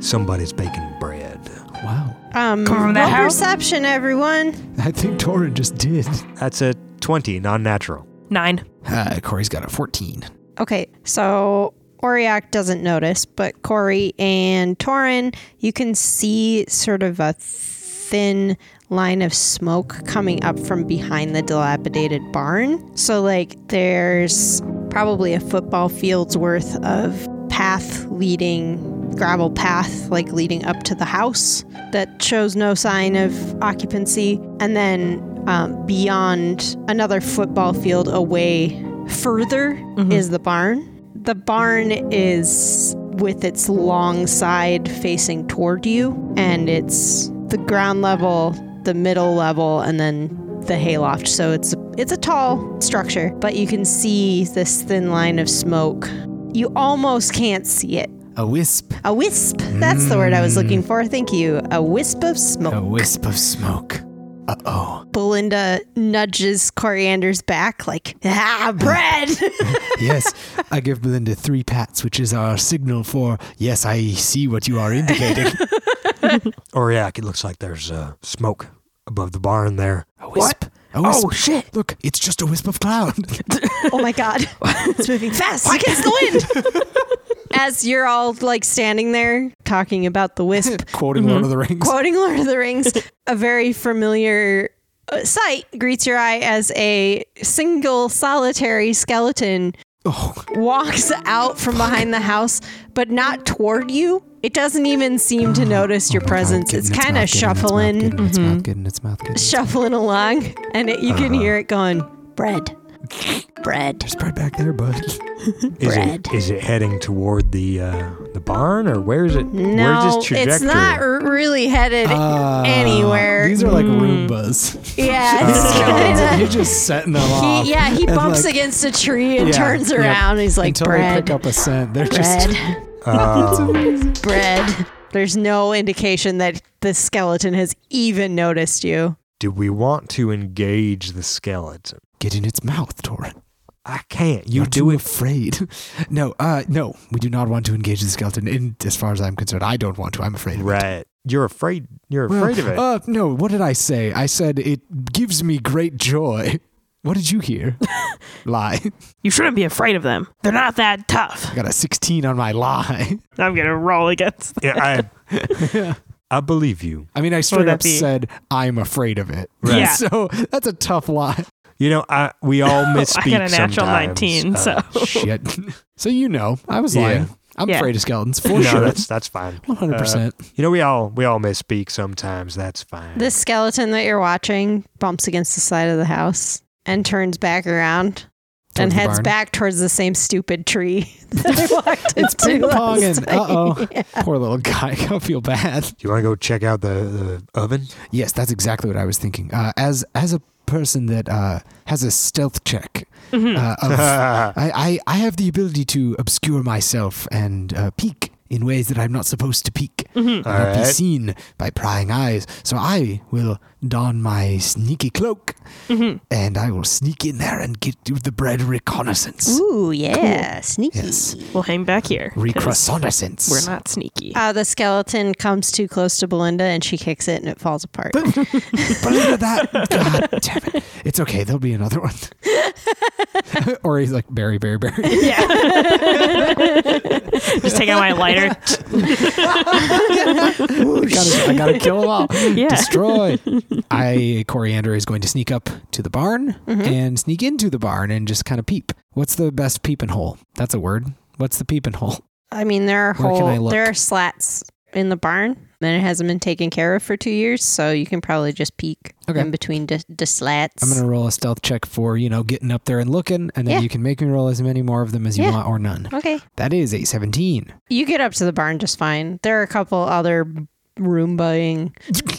Speaker 2: Somebody's baking bread.
Speaker 3: wow,
Speaker 4: Um,
Speaker 5: Come from that
Speaker 4: roll
Speaker 5: house?
Speaker 4: perception, everyone.
Speaker 3: I think Torin just did.
Speaker 2: That's a twenty, non-natural.
Speaker 5: Nine.
Speaker 3: Uh, Corey's got a fourteen.
Speaker 4: Okay, so Oriac doesn't notice, but Corey and Torin, you can see sort of a thin line of smoke coming up from behind the dilapidated barn. So, like, there's probably a football field's worth of path leading gravel path like leading up to the house that shows no sign of occupancy and then um, beyond another football field away further is the barn the barn is with its long side facing toward you and it's the ground level the middle level and then the hayloft so it's it's a tall structure but you can see this thin line of smoke you almost can't see it
Speaker 3: A wisp,
Speaker 4: a wisp. That's the word I was looking for. Thank you. A wisp of smoke.
Speaker 3: a wisp of smoke. Uh oh.
Speaker 4: Belinda nudges Coriander's back, like, ah, bread.
Speaker 3: Yes, I give Belinda three pats, which is our signal for yes, I see what you are indicating.
Speaker 2: Oriac, it looks like there's uh, smoke above the barn there.
Speaker 3: A wisp. What? A wisp.
Speaker 5: Oh shit!
Speaker 3: Look, it's just a wisp of cloud.
Speaker 4: oh my God. It's moving fast against the wind. As you're all like standing there talking about the wisp,
Speaker 3: Quoting Lord of the Rings.
Speaker 4: quoting Lord of the Rings, a very familiar uh, sight greets your eye as a single solitary skeleton
Speaker 3: oh,
Speaker 4: walks out from behind the house, but not toward you. It doesn't even seem to notice your
Speaker 3: oh my God,
Speaker 4: presence.
Speaker 3: getting
Speaker 4: It's
Speaker 3: mouth,
Speaker 4: kind of
Speaker 3: getting its mouth,
Speaker 4: shuffling, Mm-hmm.
Speaker 3: getting Its mouth, getting its mouth, getting its
Speaker 4: shuffling along, and it, you can hear it going, bread, bread.
Speaker 3: There's bread back there, bud.
Speaker 2: Is
Speaker 4: Bread.
Speaker 2: it is it heading toward the uh, the barn or where is it? where's
Speaker 4: No,
Speaker 2: its trajectory?
Speaker 4: it's not r- really headed
Speaker 3: Ah,
Speaker 4: anywhere. Mm-hmm.
Speaker 3: These are like Roombas.
Speaker 4: yeah, it's
Speaker 3: You're
Speaker 4: kinda,
Speaker 3: just setting them off.
Speaker 4: he, yeah, he
Speaker 3: And,
Speaker 4: bumps
Speaker 3: like,
Speaker 4: against a tree and
Speaker 3: yeah,
Speaker 4: turns
Speaker 3: yeah.
Speaker 4: around. He's like,
Speaker 3: Until they
Speaker 4: bread,
Speaker 3: pick up a scent, they're
Speaker 4: bread.
Speaker 3: just
Speaker 2: Oh,
Speaker 4: bread. There's no indication that the skeleton has even noticed you.
Speaker 2: do we want to engage the skeleton?
Speaker 3: get in its mouth, Torin.
Speaker 2: I can't. You
Speaker 3: You're
Speaker 2: do
Speaker 3: too
Speaker 2: it.
Speaker 3: afraid. No, uh, no, we do not want to engage the skeleton. In as far as I'm concerned, I don't want to. I'm afraid of it.
Speaker 2: Right. You're afraid. You're
Speaker 3: Well,
Speaker 2: afraid of it.
Speaker 3: Uh, no, what did I say? I said it gives me great joy. What did you hear? lie.
Speaker 5: You shouldn't be afraid of them. They're not that tough.
Speaker 3: I got a 16 on my lie.
Speaker 5: I'm gonna roll against. Them.
Speaker 2: yeah, I, I believe you.
Speaker 3: I mean, I straight
Speaker 5: would that
Speaker 3: up
Speaker 5: be?
Speaker 3: said I'm afraid of it.
Speaker 5: Right. Yeah.
Speaker 3: So that's a tough lie.
Speaker 2: You know, I we all misspeak
Speaker 5: I got a natural
Speaker 2: sometimes. Uh,
Speaker 5: 19, so-
Speaker 3: Shit. so you know, I was
Speaker 2: Yeah.
Speaker 3: lying. I'm
Speaker 5: Yeah.
Speaker 3: afraid of skeletons for
Speaker 2: no,
Speaker 3: sure.
Speaker 2: that's uh, that's fine.
Speaker 3: One hundred percent.
Speaker 2: You know, we all we all misspeak sometimes. That's fine.
Speaker 4: This skeleton that you're watching bumps against the side of the house and turns back around and
Speaker 3: Towards the
Speaker 4: heads
Speaker 3: barn.
Speaker 4: back towards the same stupid tree that they walked
Speaker 3: It's ping
Speaker 4: into last
Speaker 3: ponging.
Speaker 4: night.
Speaker 3: Uh oh. Poor little guy. I feel bad.
Speaker 2: Do you want to go check out the, the oven?
Speaker 3: Yes, that's exactly what I was thinking. Uh, as as a person that uh, has a stealth check, uh, of, I, I I have the ability to obscure myself and uh, peek in ways that I'm not supposed to peek,
Speaker 5: Mm-hmm.
Speaker 3: and
Speaker 2: All
Speaker 3: not be
Speaker 2: right.
Speaker 3: seen by prying eyes. So I will don my sneaky cloak,
Speaker 5: Mm-hmm.
Speaker 3: and I will sneak in there and get do the bread reconnaissance.
Speaker 4: Ooh, yeah. Sneaky.
Speaker 3: Yes,
Speaker 5: We'll hang back here. 'cause
Speaker 3: reconnaissance.
Speaker 5: We're not sneaky.
Speaker 4: Uh, the skeleton comes too close to Belinda and she kicks it and it falls apart.
Speaker 3: But look at that. God damn it. It's okay. There'll be another one. or he's like, Barry, Barry, Barry.
Speaker 5: yeah. Just take out my lighter.
Speaker 3: Ooh, gotta- I got to kill them all.
Speaker 5: Yeah.
Speaker 3: Destroy. I, Coriander, is going to sneak up to the barn
Speaker 4: Mm-hmm.
Speaker 3: and sneak into the barn and just kind of peep. What's the best peeping hole? That's a word. What's the peeping hole?
Speaker 4: I mean, there are
Speaker 3: Where can I
Speaker 4: whole,
Speaker 3: look?
Speaker 4: there are slats in the barn, and it hasn't been taken care of for two years, so you can probably just peek
Speaker 3: Okay.
Speaker 4: in between the, the slats.
Speaker 3: I'm going to roll a stealth check for, you know, getting up there and looking, and then
Speaker 4: Yeah.
Speaker 3: you can make me roll as many more of them as you
Speaker 4: Yeah.
Speaker 3: want or none.
Speaker 4: okay,
Speaker 3: That is a 17.
Speaker 4: you get up to the barn just fine. There are a couple other room buying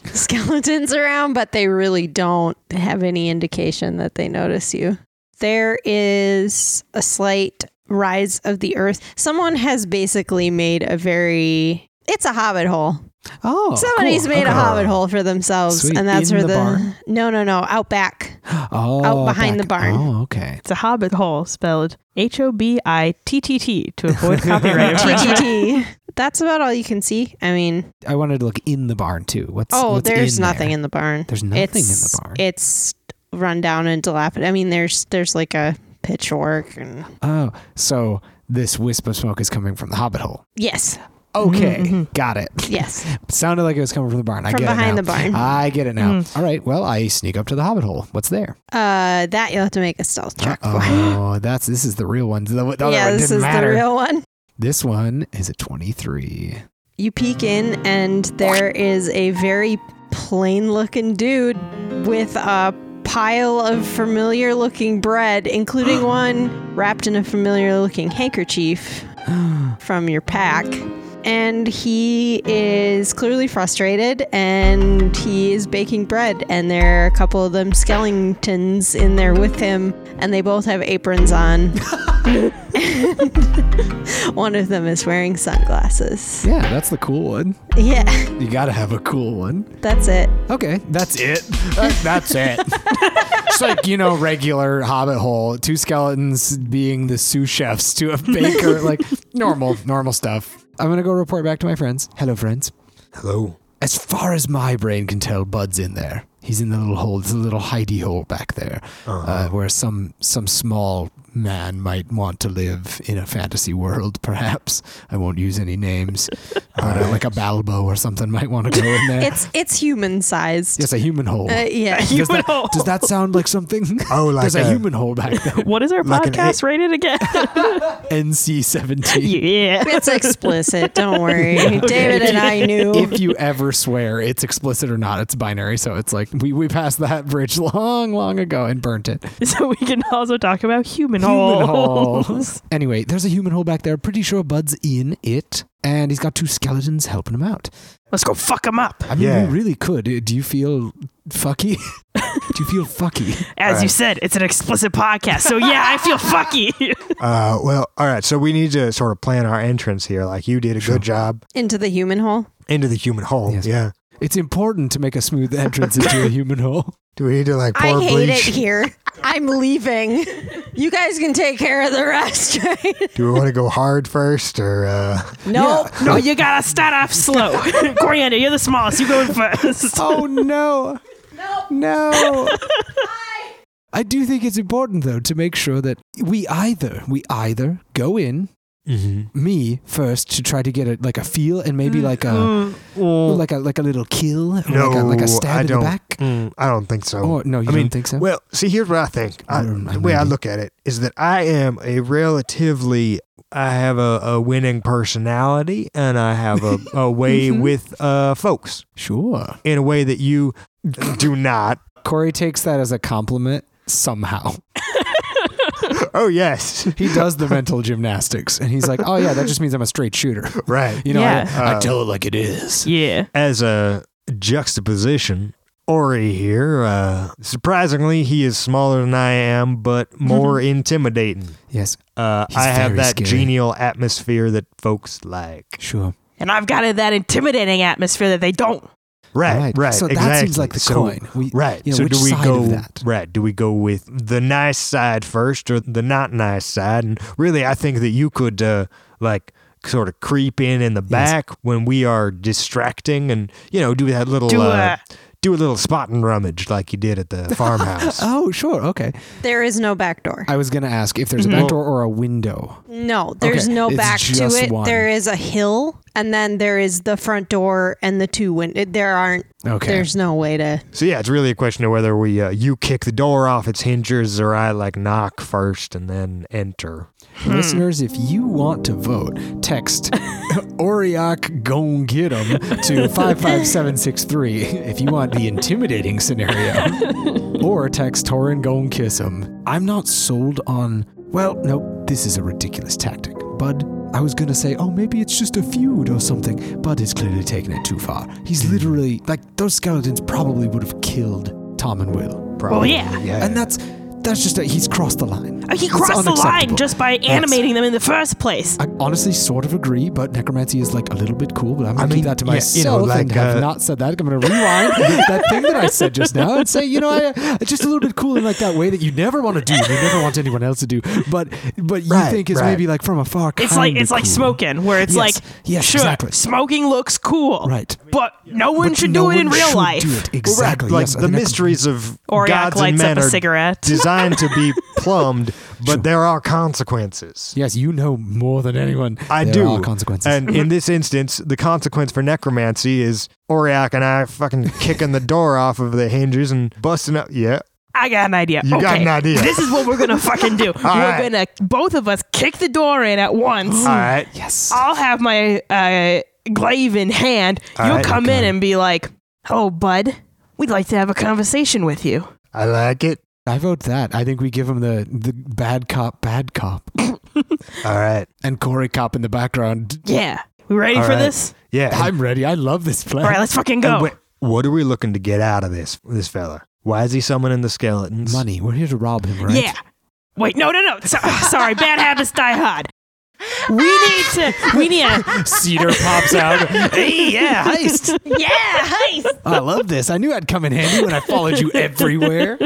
Speaker 4: skeletons around, but they really don't have any indication that they notice you. There is a slight rise of the earth. Someone has basically made a very it's a hobbit hole.
Speaker 3: Oh,
Speaker 4: Somebody's
Speaker 3: cool.
Speaker 4: made a
Speaker 3: Okay.
Speaker 4: hobbit hole for themselves,
Speaker 3: Sweet.
Speaker 4: and that's
Speaker 3: In
Speaker 4: where
Speaker 3: the
Speaker 4: the,
Speaker 3: barn?
Speaker 4: no, no, no, out back.
Speaker 3: oh,
Speaker 4: out behind the barn.
Speaker 3: Oh, okay.
Speaker 5: It's a hobbit hole spelled H O B I T T T to avoid copyright infringement.
Speaker 4: TTT. That's about all you can see. I mean,
Speaker 3: I wanted to look in the barn too. What's
Speaker 4: oh,
Speaker 3: what's
Speaker 4: there's
Speaker 3: in
Speaker 4: nothing
Speaker 3: there?
Speaker 4: in the barn.
Speaker 3: There's nothing in the
Speaker 4: It's-
Speaker 3: barn.
Speaker 4: It's run down and dilapidated. I mean, there's there's like a pitchfork and
Speaker 3: Oh, so this wisp of smoke is coming from the hobbit hole.
Speaker 4: yes,
Speaker 3: Okay, got it.
Speaker 4: yes.
Speaker 3: Sounded like it was coming from the barn. I
Speaker 4: Mm, mm-hmm. From
Speaker 3: get
Speaker 4: behind
Speaker 3: it
Speaker 4: the
Speaker 3: now.
Speaker 4: barn. Mm.
Speaker 3: I get it now. All right. Well, I sneak up to the hobbit hole. What's there?
Speaker 4: Uh, that you'll have to make a stealth check for.
Speaker 3: Oh, that's this is the real one. The, the other
Speaker 4: yeah,
Speaker 3: one
Speaker 4: this
Speaker 3: didn't
Speaker 4: is
Speaker 3: matter.
Speaker 4: the real one.
Speaker 3: This one is a twenty-three.
Speaker 4: You peek in, and there is a very plain looking dude with a pile of familiar looking bread, including one wrapped in a familiar looking handkerchief from your pack. And he is clearly frustrated and he is baking bread. And there are a couple of them skeletons in there with him, and they both have aprons on. and one of them is wearing sunglasses.
Speaker 3: Yeah, that's the cool one.
Speaker 4: Yeah.
Speaker 3: You gotta have a cool one.
Speaker 4: That's it.
Speaker 3: Okay, that's it. That- that's it. It's like you know, regular hobbit hole. Two skeletons being the sous chefs to a baker, like normal, normal stuff. I'm gonna go report back to my friends. Hello, friends.
Speaker 2: Hello.
Speaker 3: As far as my brain can tell, Bud's in there. He's in the little hole. It's a little hidey hole back there, uh, where some some small man might want to live in a fantasy world. Perhaps I won't use any names, but uh, like a Balbo or something might want to go in there.
Speaker 4: It's it's human sized.
Speaker 3: It's a human hole.
Speaker 4: Uh, yeah.
Speaker 3: does,
Speaker 5: Human
Speaker 3: that,
Speaker 5: hole.
Speaker 3: does that sound like something?
Speaker 2: Oh, like
Speaker 3: there's a,
Speaker 2: a-
Speaker 3: human hole back there.
Speaker 5: What is our
Speaker 2: Like an
Speaker 5: podcast rated again?
Speaker 3: NC seventeen.
Speaker 5: yeah.
Speaker 4: It's explicit. Don't worry. David and I knew.
Speaker 3: If you ever swear, it's explicit or not. It's binary, so it's like we, we passed that bridge long, long ago and burnt it.
Speaker 5: So we can also talk about human,
Speaker 3: Human
Speaker 5: holes.
Speaker 3: hole. Anyway, there's a human hole back there. Pretty sure Bud's in it, and he's got two skeletons helping him out.
Speaker 5: Let's go fuck them up.
Speaker 3: I mean,
Speaker 2: Yeah.
Speaker 3: we really could. Uh, Do you feel fucky? Do you feel fucky?
Speaker 5: As you said, it's an explicit podcast. So yeah, I feel fucky.
Speaker 2: Uh, well, all right. So we need to sort of plan our entrance here. Like you did a good job
Speaker 4: into the human hole.
Speaker 2: into the human hole.
Speaker 3: Yes.
Speaker 2: Yeah.
Speaker 3: It's important to make a smooth entrance into a human hole.
Speaker 2: Do we need to like pour
Speaker 4: I hate
Speaker 2: bleach?
Speaker 4: it here. I'm leaving. You guys can take care of the rest. Right?
Speaker 2: Do we want to go hard first or? Uh...
Speaker 4: No.
Speaker 5: no, you gotta start off slow. Coriander, you're the smallest. You go in first.
Speaker 3: Oh no. No. I do think it's important though to make sure that we either we either go in
Speaker 2: Mm-hmm.
Speaker 3: me first to try to get a, like a feel and maybe like a like a like a little kill or
Speaker 2: Mm. No,
Speaker 3: like a, like a stab
Speaker 2: I
Speaker 3: in
Speaker 2: don't.
Speaker 3: the back.
Speaker 2: mm, I don't think so.
Speaker 3: Oh no, you
Speaker 2: I mean,
Speaker 3: don't think so?
Speaker 2: Well, see, here's what I think. I,
Speaker 3: I don't- I
Speaker 2: the way I
Speaker 3: maybe-
Speaker 2: look at it is that I am a relatively, I have a, a winning personality, and I have a, a way
Speaker 3: Mm-hmm.
Speaker 4: Mhm.
Speaker 2: with uh, folks
Speaker 3: sure.
Speaker 2: in a way that you do not.
Speaker 3: Corey takes that as a compliment somehow.
Speaker 2: Oh yes,
Speaker 3: He does the mental gymnastics and he's like, "Oh yeah, that just means I'm a straight shooter."
Speaker 2: right.
Speaker 3: You know,
Speaker 5: Yeah.
Speaker 3: I, I
Speaker 2: Uh,
Speaker 3: tell it like it is.
Speaker 5: Yeah.
Speaker 2: As a juxtaposition, Ori here. Uh, surprisingly, he is smaller than I am, but more intimidating.
Speaker 3: Yes,
Speaker 2: Uh,
Speaker 3: Mm-hmm. He's
Speaker 2: I have
Speaker 3: very
Speaker 2: that
Speaker 3: scary.
Speaker 2: genial atmosphere that folks like.
Speaker 3: sure.
Speaker 5: And I've got that intimidating atmosphere that they don't.
Speaker 2: Right,
Speaker 3: Right.
Speaker 2: right.
Speaker 3: So that
Speaker 2: exactly.
Speaker 3: seems like the
Speaker 2: So-
Speaker 3: coin. We-
Speaker 2: right.
Speaker 3: you know,
Speaker 2: so
Speaker 3: which
Speaker 2: do we
Speaker 3: side
Speaker 2: go
Speaker 3: of that?
Speaker 2: right? Do we go with the nice side first or the not nice side? And really, I think that you could uh, like sort of creep in in the back when we are distracting, and you know, do that little
Speaker 5: Do
Speaker 2: uh,
Speaker 5: a-
Speaker 2: do a little spot and rummage like you did at the farmhouse.
Speaker 3: Oh, sure. Okay.
Speaker 4: There is no back door.
Speaker 3: I was going to ask if there's a
Speaker 2: Mhm.
Speaker 3: back door or a window.
Speaker 4: No, there's
Speaker 3: Okay,
Speaker 4: no
Speaker 3: it's
Speaker 4: back to
Speaker 3: just
Speaker 4: it.
Speaker 3: one.
Speaker 4: There is a hill, and then there is the front door and the two windows. There aren't.
Speaker 3: Okay.
Speaker 4: There's no way to.
Speaker 2: so yeah, it's really a question of whether we uh, you kick the door off its hinges or I like knock first and then enter.
Speaker 5: Hmm.
Speaker 3: Listeners, if you want to vote, text Oriok Gon Get 'em to 55763 if you want the intimidating scenario. or text Torin Gon Kiss 'em. I'm not sold on. Well, no, this is a ridiculous tactic. Bud, I was gonna say, oh, maybe it's just a feud or something. Bud has clearly taken it too far. He's
Speaker 5: Hmm.
Speaker 3: literally. Like, those skeletons probably would have killed Tom and Will.
Speaker 2: Probably.
Speaker 5: yeah. Oh,
Speaker 3: And that's. That's just. A, he's crossed the line.
Speaker 5: He
Speaker 3: It's
Speaker 5: crossed the line
Speaker 3: unacceptable.
Speaker 5: just by animating them in the first place.
Speaker 3: I honestly sort of agree, but necromancy is like a little bit cool. But I'm gonna
Speaker 2: I
Speaker 3: keep
Speaker 2: mean,
Speaker 3: that to
Speaker 2: yeah, you know,
Speaker 3: myself and
Speaker 2: like,
Speaker 3: have
Speaker 2: uh,
Speaker 3: not said that. I'm gonna rewind that thing that I said just now and say, you know, I, it's just a little bit cool in like that way that you never want to do, you never want anyone else to do, but but you
Speaker 2: Right,
Speaker 3: think is
Speaker 2: right.
Speaker 3: maybe like from afar.
Speaker 5: It's like
Speaker 3: kinda
Speaker 5: it's like
Speaker 3: cool.
Speaker 5: smoking, where it's
Speaker 3: Yes,
Speaker 5: like
Speaker 3: yes,
Speaker 5: sure,
Speaker 3: exactly.
Speaker 5: smoking looks cool,
Speaker 3: Right.
Speaker 5: But no one
Speaker 3: But
Speaker 5: should
Speaker 3: no
Speaker 5: do it in
Speaker 3: one
Speaker 5: real
Speaker 3: should
Speaker 5: life.
Speaker 3: do it.
Speaker 2: Well, right,
Speaker 3: Exactly.
Speaker 2: Like
Speaker 3: yes,
Speaker 2: the
Speaker 3: necrom-
Speaker 2: mysteries of
Speaker 5: Oriok
Speaker 2: gods and
Speaker 5: lights
Speaker 2: men
Speaker 5: up a
Speaker 2: are
Speaker 5: cigarette.
Speaker 2: designed to be plumbed, but there are consequences.
Speaker 3: Yes, you know more than anyone.
Speaker 2: I
Speaker 3: There
Speaker 2: do.
Speaker 3: are consequences.
Speaker 2: And in this instance, the consequence for necromancy is Oriok and I fucking kicking the door off of the hinges and busting up. Yeah.
Speaker 5: I got an idea.
Speaker 2: You
Speaker 5: okay.
Speaker 2: got an idea.
Speaker 5: This is what we're gonna fucking do. we're
Speaker 2: right.
Speaker 5: gonna both of us kick the door in at once.
Speaker 2: All right.
Speaker 3: yes.
Speaker 5: I'll have my uh, glaive in hand.
Speaker 2: All
Speaker 5: You'll
Speaker 2: right,
Speaker 5: come in and be like, "Hello, bud. We'd like to have a conversation with you."
Speaker 2: I like it.
Speaker 3: I vote that. I think we give him the the bad cop, bad cop,
Speaker 2: All right.
Speaker 3: and Corey cop in the background.
Speaker 5: Yeah, we ready
Speaker 2: All
Speaker 5: for
Speaker 2: right.
Speaker 5: this?
Speaker 2: Yeah.
Speaker 3: I'm ready. I love this plan.
Speaker 5: All right, let's fucking
Speaker 2: And
Speaker 5: go.
Speaker 2: wait, what are we looking to get out of this, this fella? Why is he summoning the skeletons?
Speaker 3: Money. We're here to rob him, right?
Speaker 5: Yeah. Wait, no, no, no. So, sorry, bad habits die hard. We need to. We need a.
Speaker 3: Cedar pops out. hey, yeah, heist.
Speaker 5: Yeah, heist.
Speaker 3: I love this. I knew I'd come in handy when I followed you everywhere.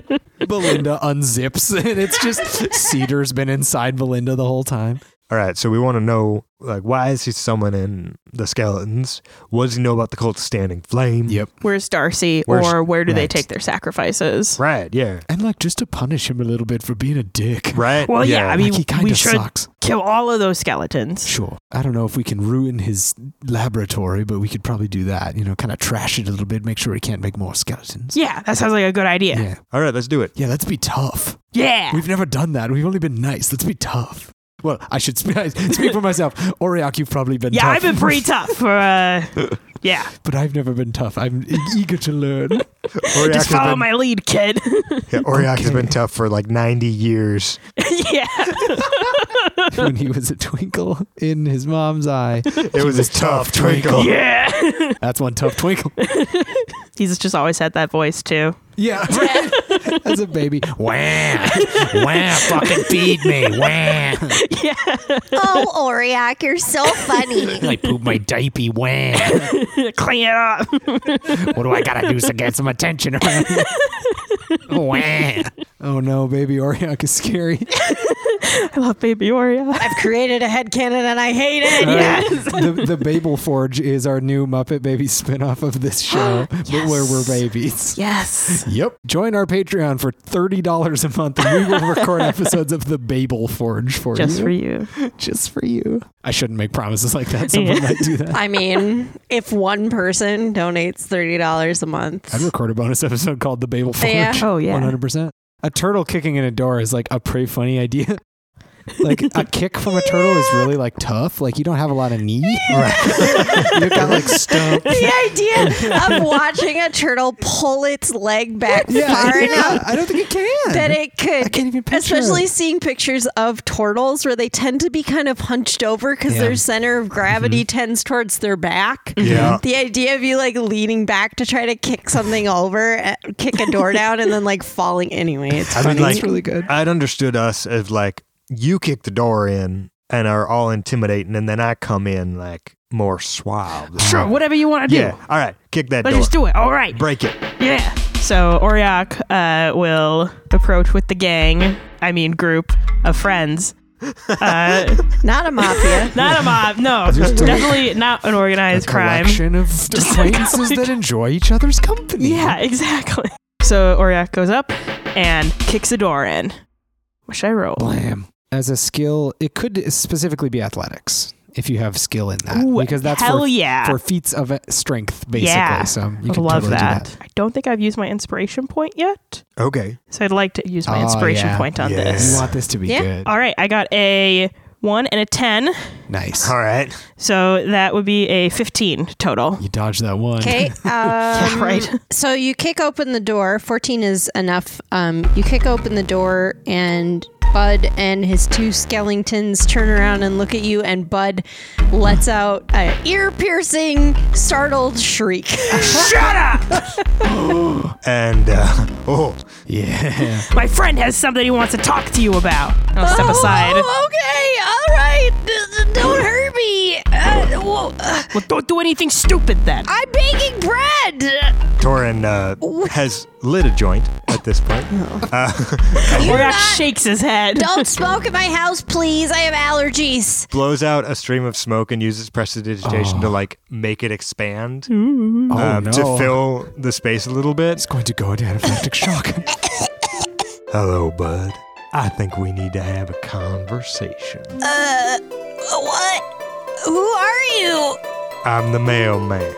Speaker 3: Belinda unzips, and it's just Cedar's been inside Belinda the whole time.
Speaker 2: All right, so we want to know like why is he summoning the skeletons? What does he know about the cult of standing flame?
Speaker 5: Where's Darcy,
Speaker 2: Where's-
Speaker 5: or where do they
Speaker 2: right.
Speaker 5: take their sacrifices?
Speaker 2: Right. Yeah.
Speaker 3: And like just to punish him a little bit for being a dick.
Speaker 2: Right.
Speaker 5: Well, yeah, I mean,
Speaker 3: Like he kind
Speaker 5: we
Speaker 3: of
Speaker 5: should
Speaker 3: sucks.
Speaker 5: kill all of those skeletons.
Speaker 3: Sure. I don't know if we can ruin his laboratory, but we could probably do that. You know, kind of trash it a little bit, make sure he can't make more skeletons.
Speaker 5: Yeah, that sounds like a good idea. Yeah.
Speaker 3: Yeah.
Speaker 2: All right, let's do it.
Speaker 3: Yeah, let's be tough.
Speaker 5: Yeah.
Speaker 3: We've never done that. We've only been nice. Let's be tough. Well, I should sp- I speak for myself. Oriok, you've probably been tough.
Speaker 5: I've been pretty tough for, uh, yeah.
Speaker 3: but I've never been tough. I'm e- eager to learn.
Speaker 2: Oriok,
Speaker 5: Just
Speaker 2: has
Speaker 5: follow
Speaker 2: been,
Speaker 5: my lead, kid.
Speaker 2: yeah, Oriok has
Speaker 3: Okay.
Speaker 2: been tough for like 90 years.
Speaker 5: yeah.
Speaker 3: when he was a twinkle in his mom's eye.
Speaker 2: It was a tough
Speaker 3: Oh.
Speaker 2: twinkle.
Speaker 5: Yeah.
Speaker 3: That's one tough twinkle.
Speaker 5: He's just always had that voice, too.
Speaker 3: Yeah. As a baby. Wham.
Speaker 2: Wah, fucking feed me. Wah.
Speaker 6: oh, Oriak, you're so funny.
Speaker 3: I poop my diaper. Wham.
Speaker 5: Clean it up.
Speaker 3: What do I got to do to get some attention around here? Wham. Oh no, baby Oriok is scary.
Speaker 5: I love Baby Oreo.
Speaker 4: I've created a headcanon and I hate it.
Speaker 3: the, the Babel Forge is our new Muppet Baby spinoff of this show, but where we're babies.
Speaker 5: Yes.
Speaker 3: Yep. Join our Patreon for $30 a month and we will record episodes of the Babel Forge for
Speaker 5: Just
Speaker 3: you.
Speaker 5: for you.
Speaker 3: Just for you. I shouldn't make promises like that. Someone might do that.
Speaker 4: I mean, if one person donates $30 a month,
Speaker 3: I'd record a bonus episode called The Babel Forge.
Speaker 4: Yeah.
Speaker 5: Oh, yeah.
Speaker 3: 100%. A turtle kicking in a door is like a pretty funny idea. Like a kick from a turtle is really like tough. Like you don't have a lot of knee. You've got like stump.
Speaker 6: The idea of watching a turtle pull its leg back far
Speaker 3: yeah,
Speaker 6: enough
Speaker 3: I don't think it can.
Speaker 6: that it could.
Speaker 3: I can't even picture
Speaker 6: Especially
Speaker 3: it.
Speaker 6: seeing pictures of turtles where they tend to be kind of hunched over because
Speaker 3: Yeah. Mm-hmm.
Speaker 6: their center of gravity tends towards their back.
Speaker 2: Yeah.
Speaker 6: The idea of you like leaning back to try to kick something over, uh, kick a door down, and then like falling anyway. It's
Speaker 2: I mean,
Speaker 6: funny.
Speaker 2: like,
Speaker 3: It's really good.
Speaker 2: I'd understood us as like you kick the door in and are all intimidating, and then I come in like more suave.
Speaker 5: Sure, whatever you want to do.
Speaker 2: Yeah. All right. Kick that
Speaker 5: Let's
Speaker 2: door.
Speaker 5: just do it. All right.
Speaker 2: Break it.
Speaker 5: Yeah. So Oriok uh, will approach with the gang, I mean, group of friends. Uh,
Speaker 6: Not a mafia.
Speaker 5: not a mob, no. Definitely not an organized crime.
Speaker 3: collection of acquaintances
Speaker 5: collection.
Speaker 3: that enjoy each other's company.
Speaker 5: Yeah, exactly. So Oriok goes up and kicks the door in. What should I roll?
Speaker 3: Blam. As a skill, it could specifically be athletics if you have skill in that,
Speaker 5: Ooh,
Speaker 3: because that's
Speaker 5: hell
Speaker 3: for,
Speaker 5: yeah.
Speaker 3: for feats of strength, basically.
Speaker 5: Yeah.
Speaker 3: So you can
Speaker 5: Love
Speaker 3: totally
Speaker 5: that.
Speaker 3: do that.
Speaker 5: I don't think I've used my inspiration point yet.
Speaker 2: Okay.
Speaker 5: So I'd like to use my
Speaker 3: Oh,
Speaker 5: inspiration
Speaker 3: yeah.
Speaker 5: point on
Speaker 2: Yeah.
Speaker 3: You
Speaker 5: this.
Speaker 3: want this to be
Speaker 6: Yeah.
Speaker 3: good.
Speaker 5: All right, I got a 1 and a 10.
Speaker 3: Nice.
Speaker 2: All right.
Speaker 5: So that would be a 15 total.
Speaker 3: You dodged that one.
Speaker 4: okay. Um,
Speaker 5: Yeah, right.
Speaker 4: So you kick open the door. 14 is enough. Um, you kick open the door, and Bud and his two skeletons turn around and look at you, and Bud lets out a ear piercing, startled shriek.
Speaker 2: And uh, oh,
Speaker 3: Yeah.
Speaker 5: My friend has something he wants to talk to you about. I'll step aside.
Speaker 6: Oh, okay. All right. D- d- Don't hurt me. Uh, whoa, uh,
Speaker 5: Well, don't do anything stupid then.
Speaker 6: I'm baking bread.
Speaker 2: Torin uh, has lit a joint at this point.
Speaker 5: Oh. Oriok
Speaker 6: not-
Speaker 5: shakes his head.
Speaker 6: Don't smoke in my house, please. I have allergies.
Speaker 2: Blows out a stream of smoke and uses prestidigitation to like make it expand
Speaker 3: Oh,
Speaker 2: um,
Speaker 3: no.
Speaker 2: to fill the space a little bit.
Speaker 3: It's going to go into anaphylactic shock.
Speaker 2: Hello, bud. I think we need to have a conversation.
Speaker 6: Uh, what? Who are you?
Speaker 2: I'm the mailman.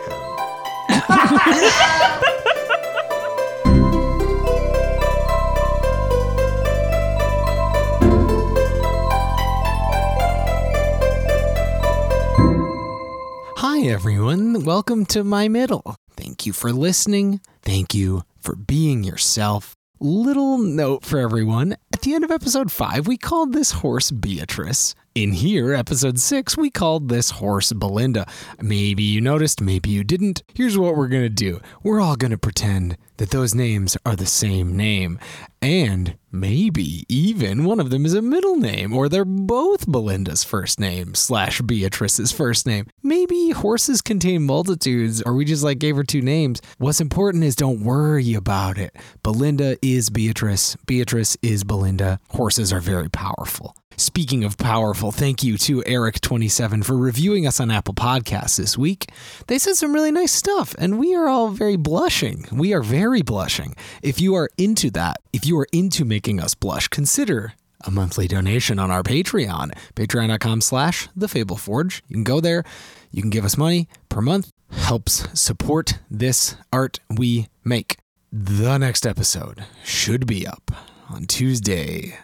Speaker 3: Hi, everyone. Welcome to My Middle. Thank you for listening. Thank you for being yourself. Little note for everyone at the end of episode five, we called this horse Beatrice. In here, episode six, we called this horse Belinda. Maybe you noticed, maybe you didn't. Here's what we're going to do we're all going to pretend that those names are the same name. And maybe even one of them is a middle name, or they're both Belinda's first name slash Beatrice's first name. Maybe horses contain multitudes, or we just like gave her two names. What's important is don't worry about it. Belinda is Beatrice, Beatrice is Belinda. Horses are very powerful. Speaking of powerful, thank you to Eric27 for reviewing us on Apple Podcasts this week. They said some really nice stuff, and we are all very blushing. We are very blushing. If you are into that, if you are into making us blush, consider a monthly donation on our Patreon, patreon.com slash the Fable Forge. You can go there, you can give us money per month, helps support this art we make. The next episode should be up on Tuesday,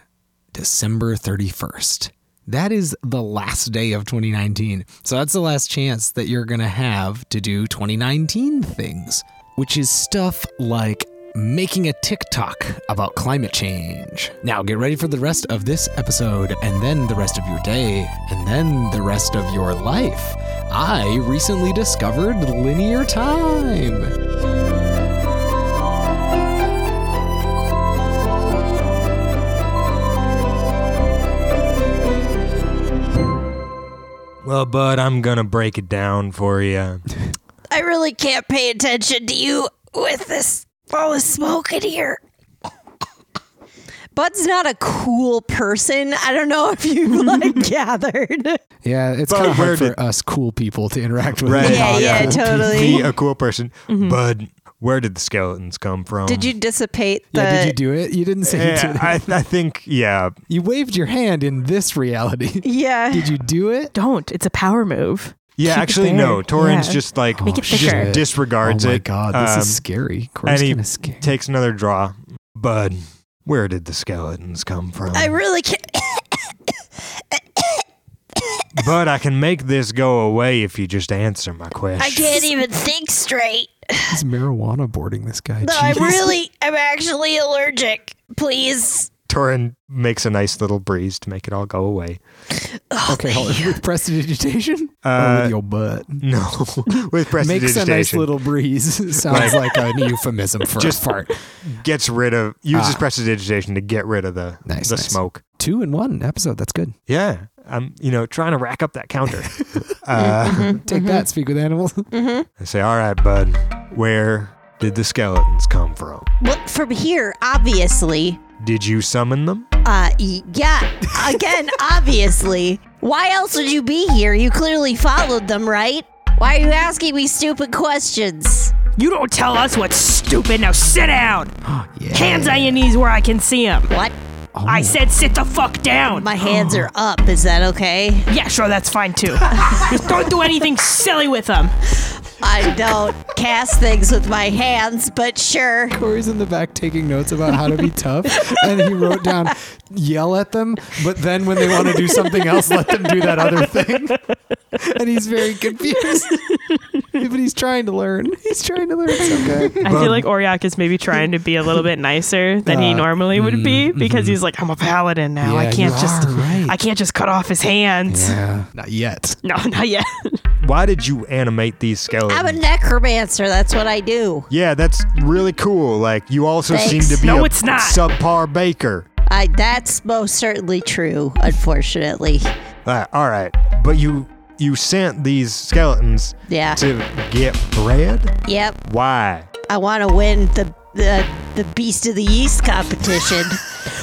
Speaker 3: December 31st. That is the last day of 2019. So that's the last chance that you're going to have to do 2019 things, which is stuff like making a TikTok about climate change. Now get ready for the rest of this episode, and then the rest of your day, and then the rest of your life. I recently discovered linear time.
Speaker 2: Well, bud, I'm gonna break it down for you.
Speaker 6: I really can't pay attention to you with this all this smoke in here.
Speaker 4: Bud's not a cool person. I don't know if you like gathered.
Speaker 3: Yeah, it's
Speaker 2: But
Speaker 3: kind of
Speaker 2: where
Speaker 3: hard for
Speaker 2: did-
Speaker 3: us cool people to interact with.
Speaker 2: Right.
Speaker 4: Yeah,
Speaker 3: Not
Speaker 4: yeah,
Speaker 3: cool people.
Speaker 4: totally.
Speaker 2: Be a cool person. Bud, where did the skeletons come from?
Speaker 4: Did you dissipate the?
Speaker 3: Yeah, did you do it? You didn't say you
Speaker 2: Yeah,
Speaker 3: did it.
Speaker 2: I, I think, yeah.
Speaker 3: You waved your hand in this reality.
Speaker 4: yeah.
Speaker 3: Did you do it?
Speaker 5: Don't. It's a power move.
Speaker 2: Yeah,
Speaker 5: Keep it
Speaker 2: actually,
Speaker 5: there.
Speaker 2: no. Torrens
Speaker 5: Yeah.
Speaker 2: just like
Speaker 5: Make it
Speaker 2: just
Speaker 5: thicker.
Speaker 3: shit.
Speaker 2: disregards
Speaker 3: oh my
Speaker 2: it.
Speaker 3: god, this
Speaker 2: Um,
Speaker 3: is scary.
Speaker 2: and
Speaker 3: Corey's
Speaker 2: he
Speaker 3: kind of scary.
Speaker 2: Takes another draw. Bud, where did the skeletons come from?
Speaker 4: I really can't.
Speaker 2: Bud, I can make this go away if you just answer my question.
Speaker 4: I can't e- even think straight.
Speaker 3: He's marijuana boarding this guy.
Speaker 4: No, I'm
Speaker 3: Jesus.
Speaker 4: really. I'm actually allergic. Please.
Speaker 2: Torin makes a nice little breeze to make it all go away.
Speaker 3: okay. Hold on. With prestidigitation or
Speaker 2: Uh,
Speaker 3: with your butt?
Speaker 2: No, with
Speaker 3: Makes a
Speaker 2: prestidigitation,
Speaker 3: nice little breeze. Sounds like a euphemism for
Speaker 2: Just-
Speaker 3: a fart.
Speaker 2: gets rid of uses
Speaker 3: Ah.
Speaker 2: prestidigitation to get rid of the
Speaker 3: Nice,
Speaker 2: the
Speaker 3: nice.
Speaker 2: smoke.
Speaker 3: Two in one episode. That's good.
Speaker 2: Yeah, I'm you know trying to rack up that counter. uh,
Speaker 3: Take
Speaker 4: Mm-hmm.
Speaker 3: that. Speak with animals.
Speaker 2: I say, all right, Bud, where did the skeletons come from?
Speaker 4: Look from here, obviously.
Speaker 2: Did you summon them?
Speaker 4: Uh, y- yeah. Again, obviously. Why else would you be here? You clearly followed them, right? Why are you asking me stupid questions?
Speaker 5: You don't tell us what's stupid. Now sit down.
Speaker 3: Yeah.
Speaker 5: Hands on your knees where I can see them.
Speaker 4: What?
Speaker 5: I said sit the fuck down.
Speaker 4: My hands are up. Is that okay?
Speaker 5: yeah, sure, that's fine too. Just don't do anything silly with them.
Speaker 4: I don't cast things with my hands, but sure.
Speaker 3: Corey's in the back taking notes about how to be tough, and he wrote down yell at them, but then when they want to do something else, let them do that other thing. And he's very confused. but he's trying to learn. He's trying to learn. It's okay.
Speaker 5: I feel like Oriak is maybe trying to be a little bit nicer than he
Speaker 3: Uh, mm-hmm.
Speaker 5: normally would be because he's like, I'm a paladin now.
Speaker 3: Yeah,
Speaker 5: I can't
Speaker 3: you
Speaker 5: just,
Speaker 3: are right.
Speaker 5: I can't just cut off his hands.
Speaker 3: Yeah. Not yet.
Speaker 5: No, not yet.
Speaker 2: Why did you animate these
Speaker 4: I'm
Speaker 2: skeletons?
Speaker 4: a necromancer. That's what I do.
Speaker 2: yeah, that's really cool. Like you also
Speaker 4: Thanks.
Speaker 2: seem to be
Speaker 5: No,
Speaker 2: a
Speaker 5: it's not.
Speaker 2: subpar baker.
Speaker 4: I, that's most certainly true, unfortunately.
Speaker 2: Uh, all right, but you you sent these skeletons
Speaker 4: Yeah.
Speaker 2: to get bread.
Speaker 4: Yep.
Speaker 2: Why?
Speaker 4: I want to win the, the the Beast of the East competition.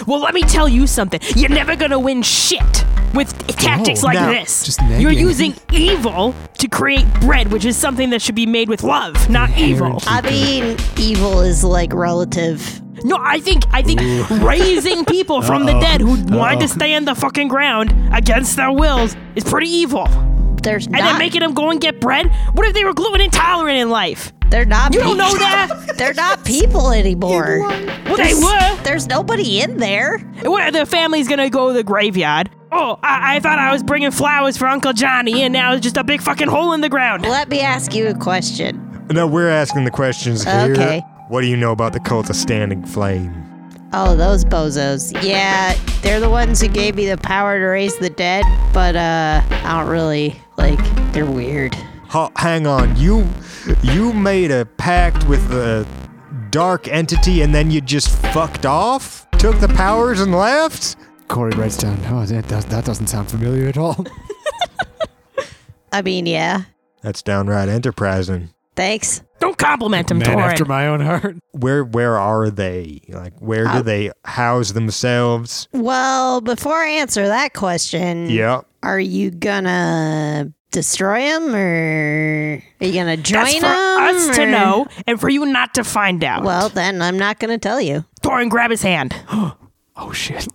Speaker 5: well, let me tell you something. You're never going to win shit with tactics
Speaker 3: No,
Speaker 5: like
Speaker 2: no,
Speaker 5: this.
Speaker 3: just
Speaker 5: You're
Speaker 3: nagging.
Speaker 5: using evil to create bread, which is something that should be made with love, not evil.
Speaker 4: I mean, evil is like relative.
Speaker 5: No, I think I think raising people from the dead who wanted to stay on the fucking ground against their wills is pretty evil. And
Speaker 4: There's
Speaker 5: then
Speaker 4: not.
Speaker 5: making them go and get bread. What if they were gluten intolerant in life?
Speaker 4: they're not.
Speaker 5: You don't
Speaker 4: people-
Speaker 5: know that.
Speaker 4: They're not people anymore.
Speaker 5: Well, they were.
Speaker 4: There's nobody in there.
Speaker 5: What their family's gonna go to the graveyard? Oh, I, I thought I was bringing flowers for Uncle Johnny, and now it's just a big fucking hole in the ground.
Speaker 4: Let me ask you a question.
Speaker 2: No, we're asking the questions here.
Speaker 4: Okay.
Speaker 2: What do you know about the cult of standing flame?
Speaker 4: Oh, those bozos. Yeah, they're the ones who gave me the power to raise the dead, but uh, I don't really like. They're weird.
Speaker 2: Ha- hang on, you you made a pact with the dark entity and then you just fucked off, took the powers and left.
Speaker 3: Corey writes down, oh, that, that, that doesn't sound familiar at all.
Speaker 4: I mean, yeah.
Speaker 2: That's downright enterprising.
Speaker 4: Thanks.
Speaker 5: Don't compliment him,
Speaker 3: Man after
Speaker 5: Torin.
Speaker 3: my own heart.
Speaker 2: Where where are they? Like where
Speaker 3: Uh,
Speaker 2: do they house themselves?
Speaker 4: Well, before I answer that question,
Speaker 2: Yep.
Speaker 4: Are you gonna destroy him or are you gonna join
Speaker 5: That's for
Speaker 4: 'em,
Speaker 5: us to
Speaker 4: or-
Speaker 5: know, and for you not to find out.
Speaker 4: Well, then I'm not gonna tell you.
Speaker 5: Torin, grab his hand.
Speaker 3: Oh, shit.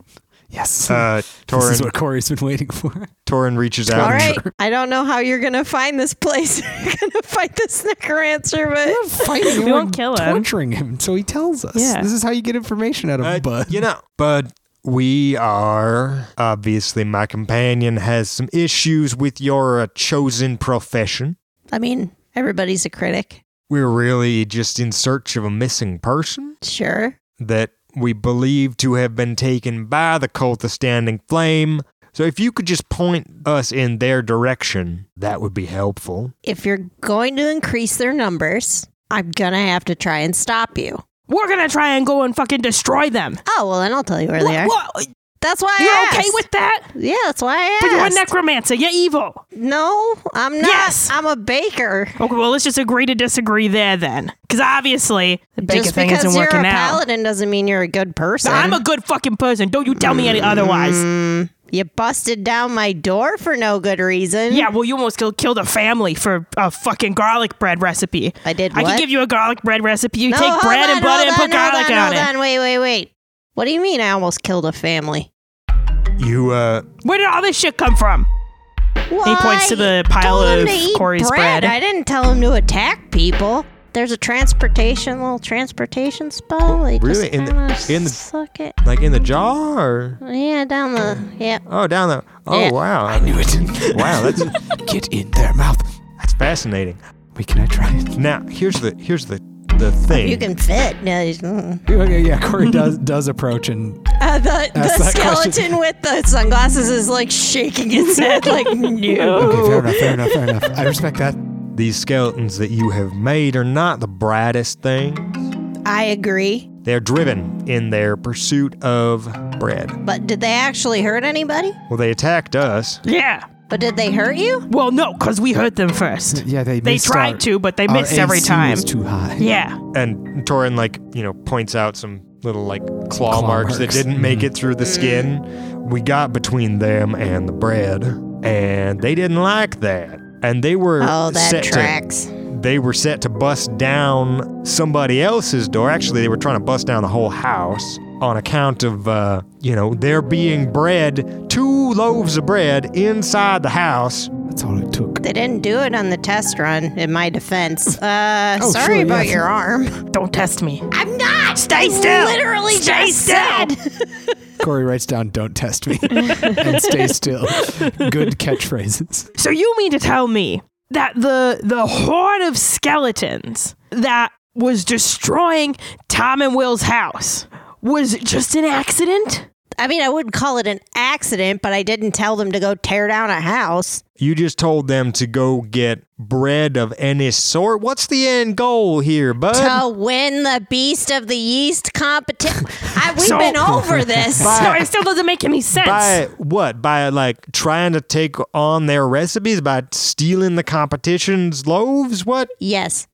Speaker 3: Yes.
Speaker 2: Uh
Speaker 3: this is
Speaker 2: Torin
Speaker 3: what Corey's been waiting for.
Speaker 2: Torin reaches out
Speaker 4: All
Speaker 2: and-
Speaker 4: right. I don't know how you're gonna find this place. you're gonna find this necromancer, but
Speaker 3: Fighting him.
Speaker 5: We won't
Speaker 3: and
Speaker 5: kill him.
Speaker 3: Torturing him. So he tells us.
Speaker 5: Yeah.
Speaker 3: This is how you get information out of
Speaker 2: Uh,
Speaker 3: Bud.
Speaker 2: You know, Bud, we are obviously my companion has some issues with your uh, chosen profession.
Speaker 4: I mean, everybody's a critic.
Speaker 2: We're really just in search of a missing person
Speaker 4: Sure.
Speaker 2: that we believe to have been taken by the cult of standing flame. So if you could just point us in their direction, that would be helpful.
Speaker 4: If you're going to increase their numbers, I'm gonna have to try and stop you.
Speaker 5: We're gonna try and go and fucking destroy them.
Speaker 4: Oh well then I'll tell you where they are.
Speaker 5: What- what-
Speaker 6: That's why
Speaker 5: You're
Speaker 6: I
Speaker 5: okay
Speaker 6: asked.
Speaker 5: with that?
Speaker 6: Yeah, that's why I
Speaker 5: But you're a
Speaker 6: asked.
Speaker 5: necromancer. You're evil.
Speaker 6: no, I'm not.
Speaker 5: Yes!
Speaker 6: I'm a baker.
Speaker 5: Okay, well, let's just agree to disagree there then. Because obviously, the bacon
Speaker 6: Just
Speaker 5: thing
Speaker 6: because
Speaker 5: isn't
Speaker 6: you're a
Speaker 5: working out.
Speaker 6: paladin doesn't mean you're a good person.
Speaker 5: I'm a good fucking person. Don't you tell me any otherwise.
Speaker 6: Mm-hmm. you busted down my door for no good reason.
Speaker 5: Yeah, well, you almost kill- killed a family for a fucking garlic bread recipe.
Speaker 6: I did
Speaker 5: I can
Speaker 6: what?
Speaker 5: give you a garlic bread recipe. You
Speaker 6: No,
Speaker 5: take
Speaker 6: hold
Speaker 5: bread
Speaker 6: on,
Speaker 5: and butter
Speaker 6: hold
Speaker 5: and put
Speaker 6: on,
Speaker 5: garlic
Speaker 6: hold on,
Speaker 5: on
Speaker 6: hold
Speaker 5: it.
Speaker 6: on. Wait, wait, wait. What do you mean I almost killed a family?
Speaker 2: You, uh,
Speaker 5: Where did all this shit come from?
Speaker 6: Why?
Speaker 5: points to the pile
Speaker 6: Told him
Speaker 5: of
Speaker 6: to eat
Speaker 5: Corey's bread.
Speaker 6: I didn't tell him to attack people. There's a transportation little transportation
Speaker 5: Oh,
Speaker 6: spell. They
Speaker 2: Really?
Speaker 6: Just
Speaker 2: In the-
Speaker 6: kinda
Speaker 2: in the-
Speaker 6: suck it.
Speaker 2: like in the jaw or?
Speaker 6: Yeah, down the yeah.
Speaker 2: Oh, down the. Oh,
Speaker 6: Yeah.
Speaker 2: wow.
Speaker 3: I knew it.
Speaker 2: Wow, that's
Speaker 3: Get in their mouth.
Speaker 2: that's fascinating.
Speaker 3: Wait, can I try it?
Speaker 2: Now, here's the here's the the thing.
Speaker 6: You can fit. No, you- mm.
Speaker 3: Okay, yeah, Corey does does approach and
Speaker 6: Uh, the
Speaker 3: Ask
Speaker 6: the
Speaker 3: that question.
Speaker 6: skeleton with the sunglasses is like shaking its head, like no.
Speaker 3: okay, fair enough, fair enough, fair enough. I respect that.
Speaker 2: These skeletons that you have made are not the brightest thing.
Speaker 6: I agree.
Speaker 2: They're driven in their pursuit of bread.
Speaker 6: But did they actually hurt anybody?
Speaker 2: Well, they attacked us.
Speaker 5: Yeah.
Speaker 6: But did they hurt you?
Speaker 5: Well, no, because we hurt them first.
Speaker 3: Yeah, they
Speaker 5: They
Speaker 3: missed
Speaker 5: tried
Speaker 3: our-
Speaker 5: to, but they
Speaker 3: our
Speaker 5: missed every
Speaker 3: AC
Speaker 5: time.
Speaker 3: Was too high.
Speaker 5: Yeah.
Speaker 2: And Torin, like, you know, points out some little, like, claw,
Speaker 3: Claw
Speaker 2: marks, that
Speaker 3: marks.
Speaker 2: didn't make it through
Speaker 6: Mm.
Speaker 2: the skin. We got between them and the bread, and they didn't like that. And they were
Speaker 6: Oh,
Speaker 2: set
Speaker 6: that
Speaker 2: to-
Speaker 6: tracks.
Speaker 2: they were set to bust down somebody else's door. Actually, they were trying to bust down the whole house on account of, uh, you know, there being bread, two loaves of bread inside the house.
Speaker 3: That's all it took.
Speaker 6: They didn't do it on the test run, in my defense. Uh,
Speaker 3: Oh,
Speaker 6: sorry
Speaker 3: sure,
Speaker 6: about
Speaker 3: yeah.
Speaker 6: your arm.
Speaker 5: Don't test me.
Speaker 6: I'm not!
Speaker 5: Stay still.
Speaker 6: Literally
Speaker 5: Stay
Speaker 6: just
Speaker 5: still.
Speaker 6: said.
Speaker 3: Corey writes down, "Don't test me," and stay still. Good catchphrases.
Speaker 5: So you mean to tell me that the the horde of skeletons that was destroying Tom and Will's house was just an accident?
Speaker 6: I mean, I wouldn't call it an accident, but I didn't tell them to go tear down a house.
Speaker 2: You just told them to go get bread of any sort. What's the end goal here, bud?
Speaker 6: To win the Beast of the Yeast competition. We've
Speaker 5: So-
Speaker 6: been over this.
Speaker 5: So it still doesn't make any sense.
Speaker 2: by what? By like trying to take on their recipes by stealing the competition's loaves? What?
Speaker 6: Yes.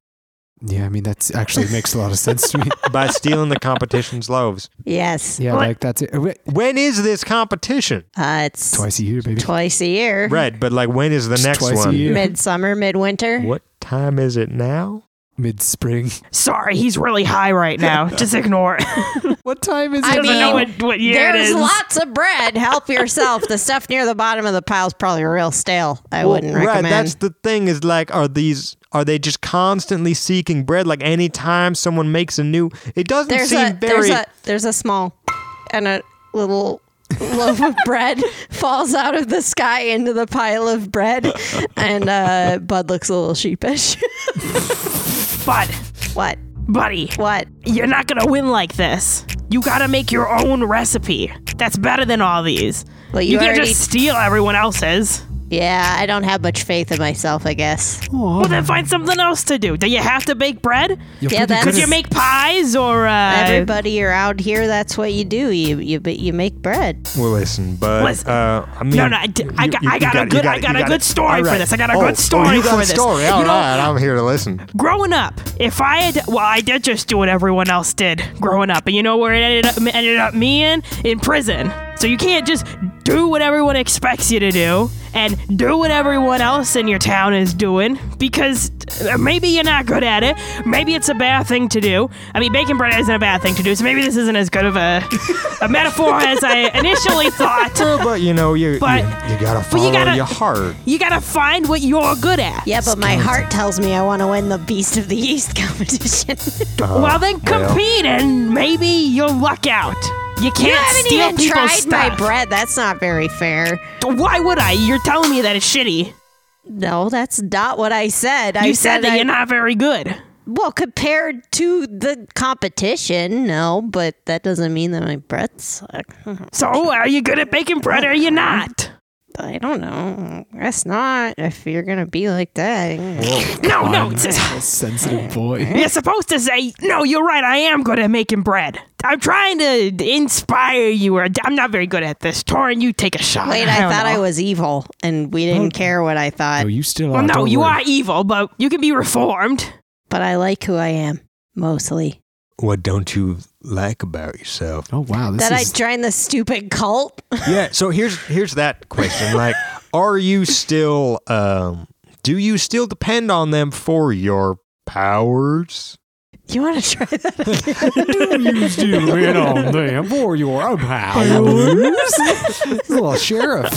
Speaker 3: Yeah, I mean that's actually makes a lot of sense to me.
Speaker 2: by stealing the competition's loaves.
Speaker 6: Yes.
Speaker 3: Yeah,
Speaker 5: What?
Speaker 3: like that's it. Wait,
Speaker 2: When is this competition?
Speaker 6: Uh, it's twice,
Speaker 3: Twice a year, baby.
Speaker 6: a year.
Speaker 2: Right, but like when is the
Speaker 3: Just
Speaker 2: next
Speaker 3: twice a
Speaker 2: one?
Speaker 3: year.
Speaker 6: Midsummer, midwinter.
Speaker 2: What time is it now?
Speaker 3: Mid spring.
Speaker 5: Sorry, he's really high right now. Just ignore it.
Speaker 3: What time is
Speaker 6: I
Speaker 3: it?
Speaker 5: doesn't
Speaker 6: mean,
Speaker 5: know what, what year it
Speaker 6: There's
Speaker 5: is.
Speaker 6: lots of bread. Help yourself. the stuff near the bottom of the pile is probably real stale. I wouldn't
Speaker 2: Well,
Speaker 6: recommend.
Speaker 2: Right, that's the thing is like are these are they just constantly seeking bread like anytime someone makes a new it doesn't
Speaker 6: there's
Speaker 2: seem
Speaker 6: a
Speaker 2: very
Speaker 6: there's a there's a small and a little loaf of bread falls out of the sky into the pile of bread, and uh, Bud looks a little sheepish.
Speaker 5: Bud,
Speaker 6: what?
Speaker 5: buddy,
Speaker 6: What?
Speaker 5: you're not gonna win like this. You gotta make your own recipe. That's better than all these.
Speaker 6: Well, you
Speaker 5: You, can
Speaker 6: already-
Speaker 5: just steal everyone else's.
Speaker 6: Yeah, I don't have much faith in myself. I guess.
Speaker 5: Well,
Speaker 6: Oh.
Speaker 5: then find something else to do. Do you have to bake bread?
Speaker 3: You're
Speaker 6: Yeah,
Speaker 3: pretty
Speaker 6: that's-
Speaker 5: Could
Speaker 3: good
Speaker 5: you
Speaker 3: at-
Speaker 5: make pies or uh,
Speaker 6: Everybody, you're out here. That's what you do. You you you make bread.
Speaker 2: Well listen, but
Speaker 5: Listen.
Speaker 2: uh I mean
Speaker 5: No, no, I, d- I
Speaker 2: you-
Speaker 5: got,
Speaker 2: you-
Speaker 5: I
Speaker 2: you
Speaker 5: got, a
Speaker 2: it,
Speaker 5: good,
Speaker 2: you
Speaker 5: I
Speaker 2: it,
Speaker 5: got
Speaker 2: you
Speaker 5: a good
Speaker 2: it.
Speaker 5: story
Speaker 2: All
Speaker 5: for
Speaker 2: right.
Speaker 5: this. I got a
Speaker 2: Oh,
Speaker 5: good story
Speaker 2: oh, you
Speaker 5: for
Speaker 2: got a
Speaker 5: this.
Speaker 2: Story.
Speaker 5: you
Speaker 2: All
Speaker 5: know,
Speaker 2: right, I'm here to listen.
Speaker 5: growing up, if I had, well, I did just do what everyone else did growing up, and you know where it ended up, ended up me in in prison. So you can't just do what everyone expects you to do and do what everyone else in your town is doing because uh, maybe you're not good at it. Maybe it's a bad thing to do. I mean, baking bread isn't a bad thing to do, so maybe this isn't as good of a, a metaphor as I initially thought.
Speaker 2: But you know, you
Speaker 5: But-
Speaker 2: you, you gotta
Speaker 5: but
Speaker 2: follow
Speaker 5: you gotta-
Speaker 2: your heart.
Speaker 5: You gotta find what you're good at.
Speaker 6: Yeah, but my heart tells me I want to win the Beast of the Yeast competition.
Speaker 3: Uh,
Speaker 5: Well, then compete and maybe you'll luck out. You can't
Speaker 6: you haven't
Speaker 5: steal
Speaker 6: even
Speaker 5: people's
Speaker 6: tried
Speaker 5: stuff.
Speaker 6: my bread. That's not very fair.
Speaker 5: Why would I? You're telling me that it's shitty. You
Speaker 6: No, that's not what I said. I
Speaker 5: said, that
Speaker 6: I,
Speaker 5: you're not very good.
Speaker 6: well compared to the competition. No, but that doesn't mean that my bread sucks.
Speaker 5: So are you good at baking bread or are you not?
Speaker 6: I don't know. Guess not. If you're gonna be like that,
Speaker 5: No, no, it's
Speaker 3: sensitive boy.
Speaker 5: You're supposed to say, no, you're right, I am good at making bread. I'm trying to inspire you, or I'm not very good at this. Torin, you take a shot.
Speaker 6: wait. I, thought I was evil, and we didn't care what I thought.
Speaker 3: Oh, you still
Speaker 5: Well,
Speaker 3: are.
Speaker 5: no,
Speaker 3: don't
Speaker 5: you
Speaker 3: worry.
Speaker 5: are evil, but you can be reformed.
Speaker 6: But I like who I am mostly.
Speaker 2: What don't you like about yourself?
Speaker 3: Oh wow, this
Speaker 6: That
Speaker 3: is
Speaker 6: I joined the stupid cult.
Speaker 2: yeah. So here's here's that question. Like, are you still? Um, do you still depend on them for your powers?
Speaker 6: You want to try that?
Speaker 1: you still in on them for your own house.
Speaker 3: This is a little sheriff.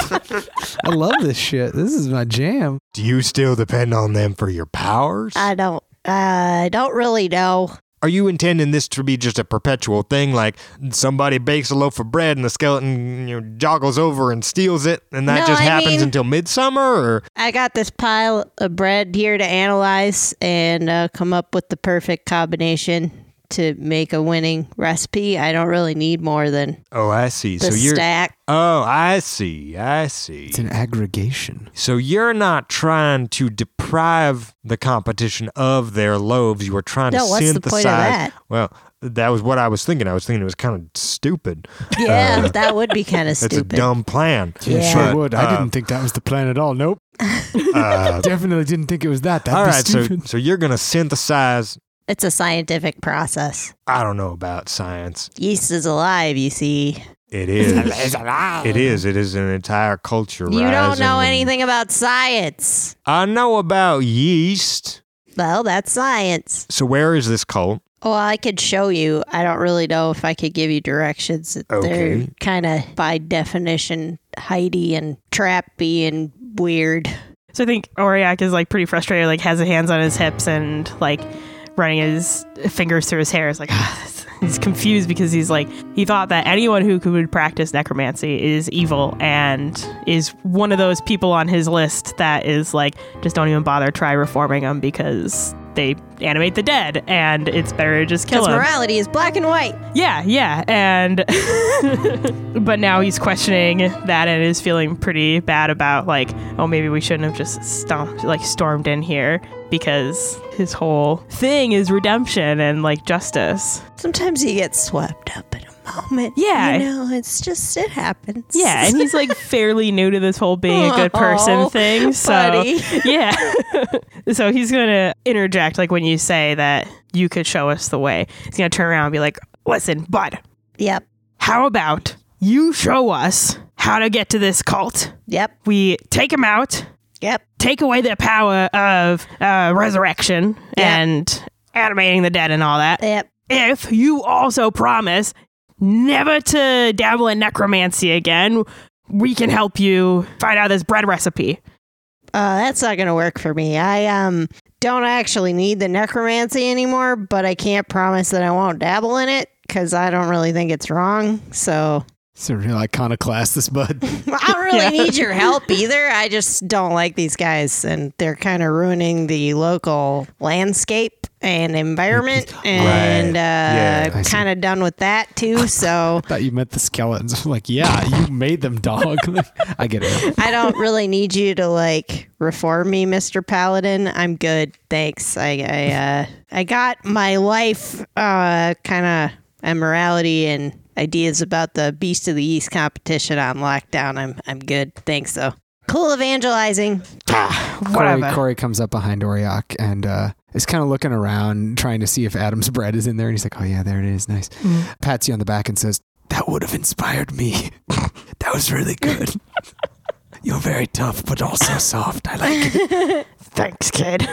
Speaker 3: I love this shit. This is my jam.
Speaker 2: Do you still depend on them for your powers?
Speaker 6: I don't. uh, I don't really know.
Speaker 2: Are you intending this to be just a perpetual thing? Like somebody bakes a loaf of bread and the skeleton you know, joggles over and steals it, and that
Speaker 6: No,
Speaker 2: just
Speaker 6: I
Speaker 2: happens
Speaker 6: mean-
Speaker 2: until midsummer? Or
Speaker 6: I got this pile of bread here to analyze and uh, come up with the perfect combination to make a winning recipe. I don't really need more than
Speaker 2: oh, I see.
Speaker 6: the
Speaker 2: so you're
Speaker 6: stack.
Speaker 2: oh, I see, I see.
Speaker 3: It's an aggregation.
Speaker 2: So you're not trying to deprive the competition of their loaves. You are trying
Speaker 6: No,
Speaker 2: to
Speaker 6: what's the
Speaker 2: synthesize.
Speaker 6: point of that?
Speaker 2: Well, that was what I was thinking. I was thinking it was kind of stupid.
Speaker 6: Yeah, that would be kind of
Speaker 2: Uh, That's a
Speaker 6: stupid.
Speaker 2: dumb plan.
Speaker 6: Yeah, sure
Speaker 2: But, uh,
Speaker 3: think that was the plan at all. Nope.
Speaker 2: uh,
Speaker 3: Definitely didn't think it was that. That'd
Speaker 2: all right, so so you're gonna synthesize.
Speaker 6: it's a scientific process.
Speaker 2: I don't know about science.
Speaker 6: Yeast is alive, you see.
Speaker 2: It is.
Speaker 3: Ah.
Speaker 2: it is. It is an entire culture.
Speaker 6: You don't know
Speaker 2: rising.
Speaker 6: anything about science.
Speaker 2: I know about yeast.
Speaker 6: Well, that's science.
Speaker 2: So where is this cult?
Speaker 6: Well, I could show you. I don't really know if I could give you directions. They're
Speaker 2: Okay.
Speaker 6: kind of by definition hidey and trappy and weird.
Speaker 5: So I think Oriak is like pretty frustrated, like has his hands on his hips and like running his fingers through his hair. It's like ah, he's confused because he's like he thought that anyone who could practice necromancy is evil and is one of those people on his list that is like just don't even bother try reforming them because they animate the dead and it's better to just kill
Speaker 6: Because
Speaker 5: them.
Speaker 6: morality is black and white.
Speaker 5: Yeah, yeah, and but now he's questioning that and is feeling pretty bad about like, oh, maybe we shouldn't have just stomped, like stormed in here because his whole thing is redemption and like justice.
Speaker 6: Sometimes you get swept up in a moment.
Speaker 5: Yeah.
Speaker 6: You know, it's just, it happens.
Speaker 5: Yeah, and he's like fairly new to this whole being a good person
Speaker 6: Oh,
Speaker 5: thing. So
Speaker 6: buddy.
Speaker 5: yeah, so he's gonna interject like when you say that you could show us the way. He's gonna turn around and be like, listen, bud,
Speaker 6: yep.
Speaker 5: how about you show us how to get to this cult?
Speaker 6: Yep.
Speaker 5: We take them out,
Speaker 6: Yep.
Speaker 5: take away the power of uh, resurrection
Speaker 6: Yeah.
Speaker 5: and animating the dead and all that.
Speaker 6: Yep.
Speaker 5: If you also promise never to dabble in necromancy again, we can help you find out this bread recipe.
Speaker 6: Uh, that's not going to work for me. I um don't actually need the necromancy anymore, but I can't promise that I won't dabble in it because I don't really think it's wrong. So
Speaker 3: it's a real iconoclast, this bud.
Speaker 6: I don't really
Speaker 5: Yeah.
Speaker 6: need your help either. I just don't like these guys, and they're kind of ruining the local landscape and environment. And
Speaker 2: Yeah,
Speaker 6: uh,
Speaker 3: I see.
Speaker 6: kind of done with that too. So
Speaker 3: Thought you meant the skeletons. I'm like, yeah, you made them, dog. I get it.
Speaker 6: I don't really need you to like reform me, Mister Paladin. I'm good, thanks. I I uh, I got my life uh, kind of and morality and ideas about the Beast of the East competition on lockdown. I'm I'm good, thanks though. Cool evangelizing.
Speaker 3: Corey,
Speaker 5: Whatever.
Speaker 3: Corey comes up behind Oriok and uh, is kind of looking around, trying to see if Adam's bread is in there. And he's like, oh, yeah, there it is. Nice. Pats you on the back and says, that would have inspired me. that was really good. You're very tough, but also soft. I like it.
Speaker 5: Thanks, kid.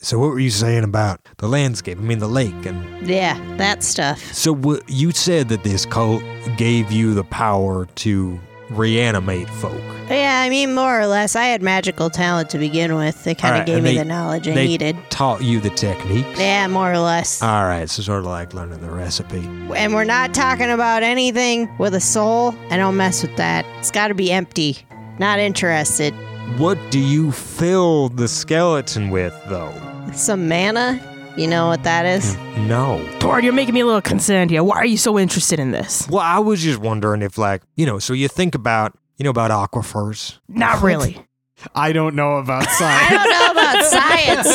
Speaker 2: So what were you saying about the landscape? I mean, the lake and
Speaker 6: Yeah, that stuff.
Speaker 2: So w- you said that this cult gave you the power to reanimate folk.
Speaker 6: Yeah, I mean more or less. I had magical talent to begin with. They kind
Speaker 2: All
Speaker 6: of
Speaker 2: right,
Speaker 6: gave
Speaker 2: and
Speaker 6: me
Speaker 2: they-
Speaker 6: the knowledge I
Speaker 2: they
Speaker 6: needed.
Speaker 2: taught you the techniques.
Speaker 6: Yeah, more or less.
Speaker 2: All right, so sort of like learning the recipe.
Speaker 6: and we're not talking about anything with a soul. I don't mess with that. It's got to be empty. Not interested.
Speaker 2: What do you fill the skeleton with, though?
Speaker 6: Some mana. You know what that is?
Speaker 2: No.
Speaker 5: Tord, you're making me a little concerned here. Why are you so interested in this?
Speaker 2: Well, I was just wondering if, like, you know, so you think about You know about aquifers?
Speaker 5: Not really.
Speaker 3: I don't know about
Speaker 6: I
Speaker 3: science.
Speaker 6: don't know about science,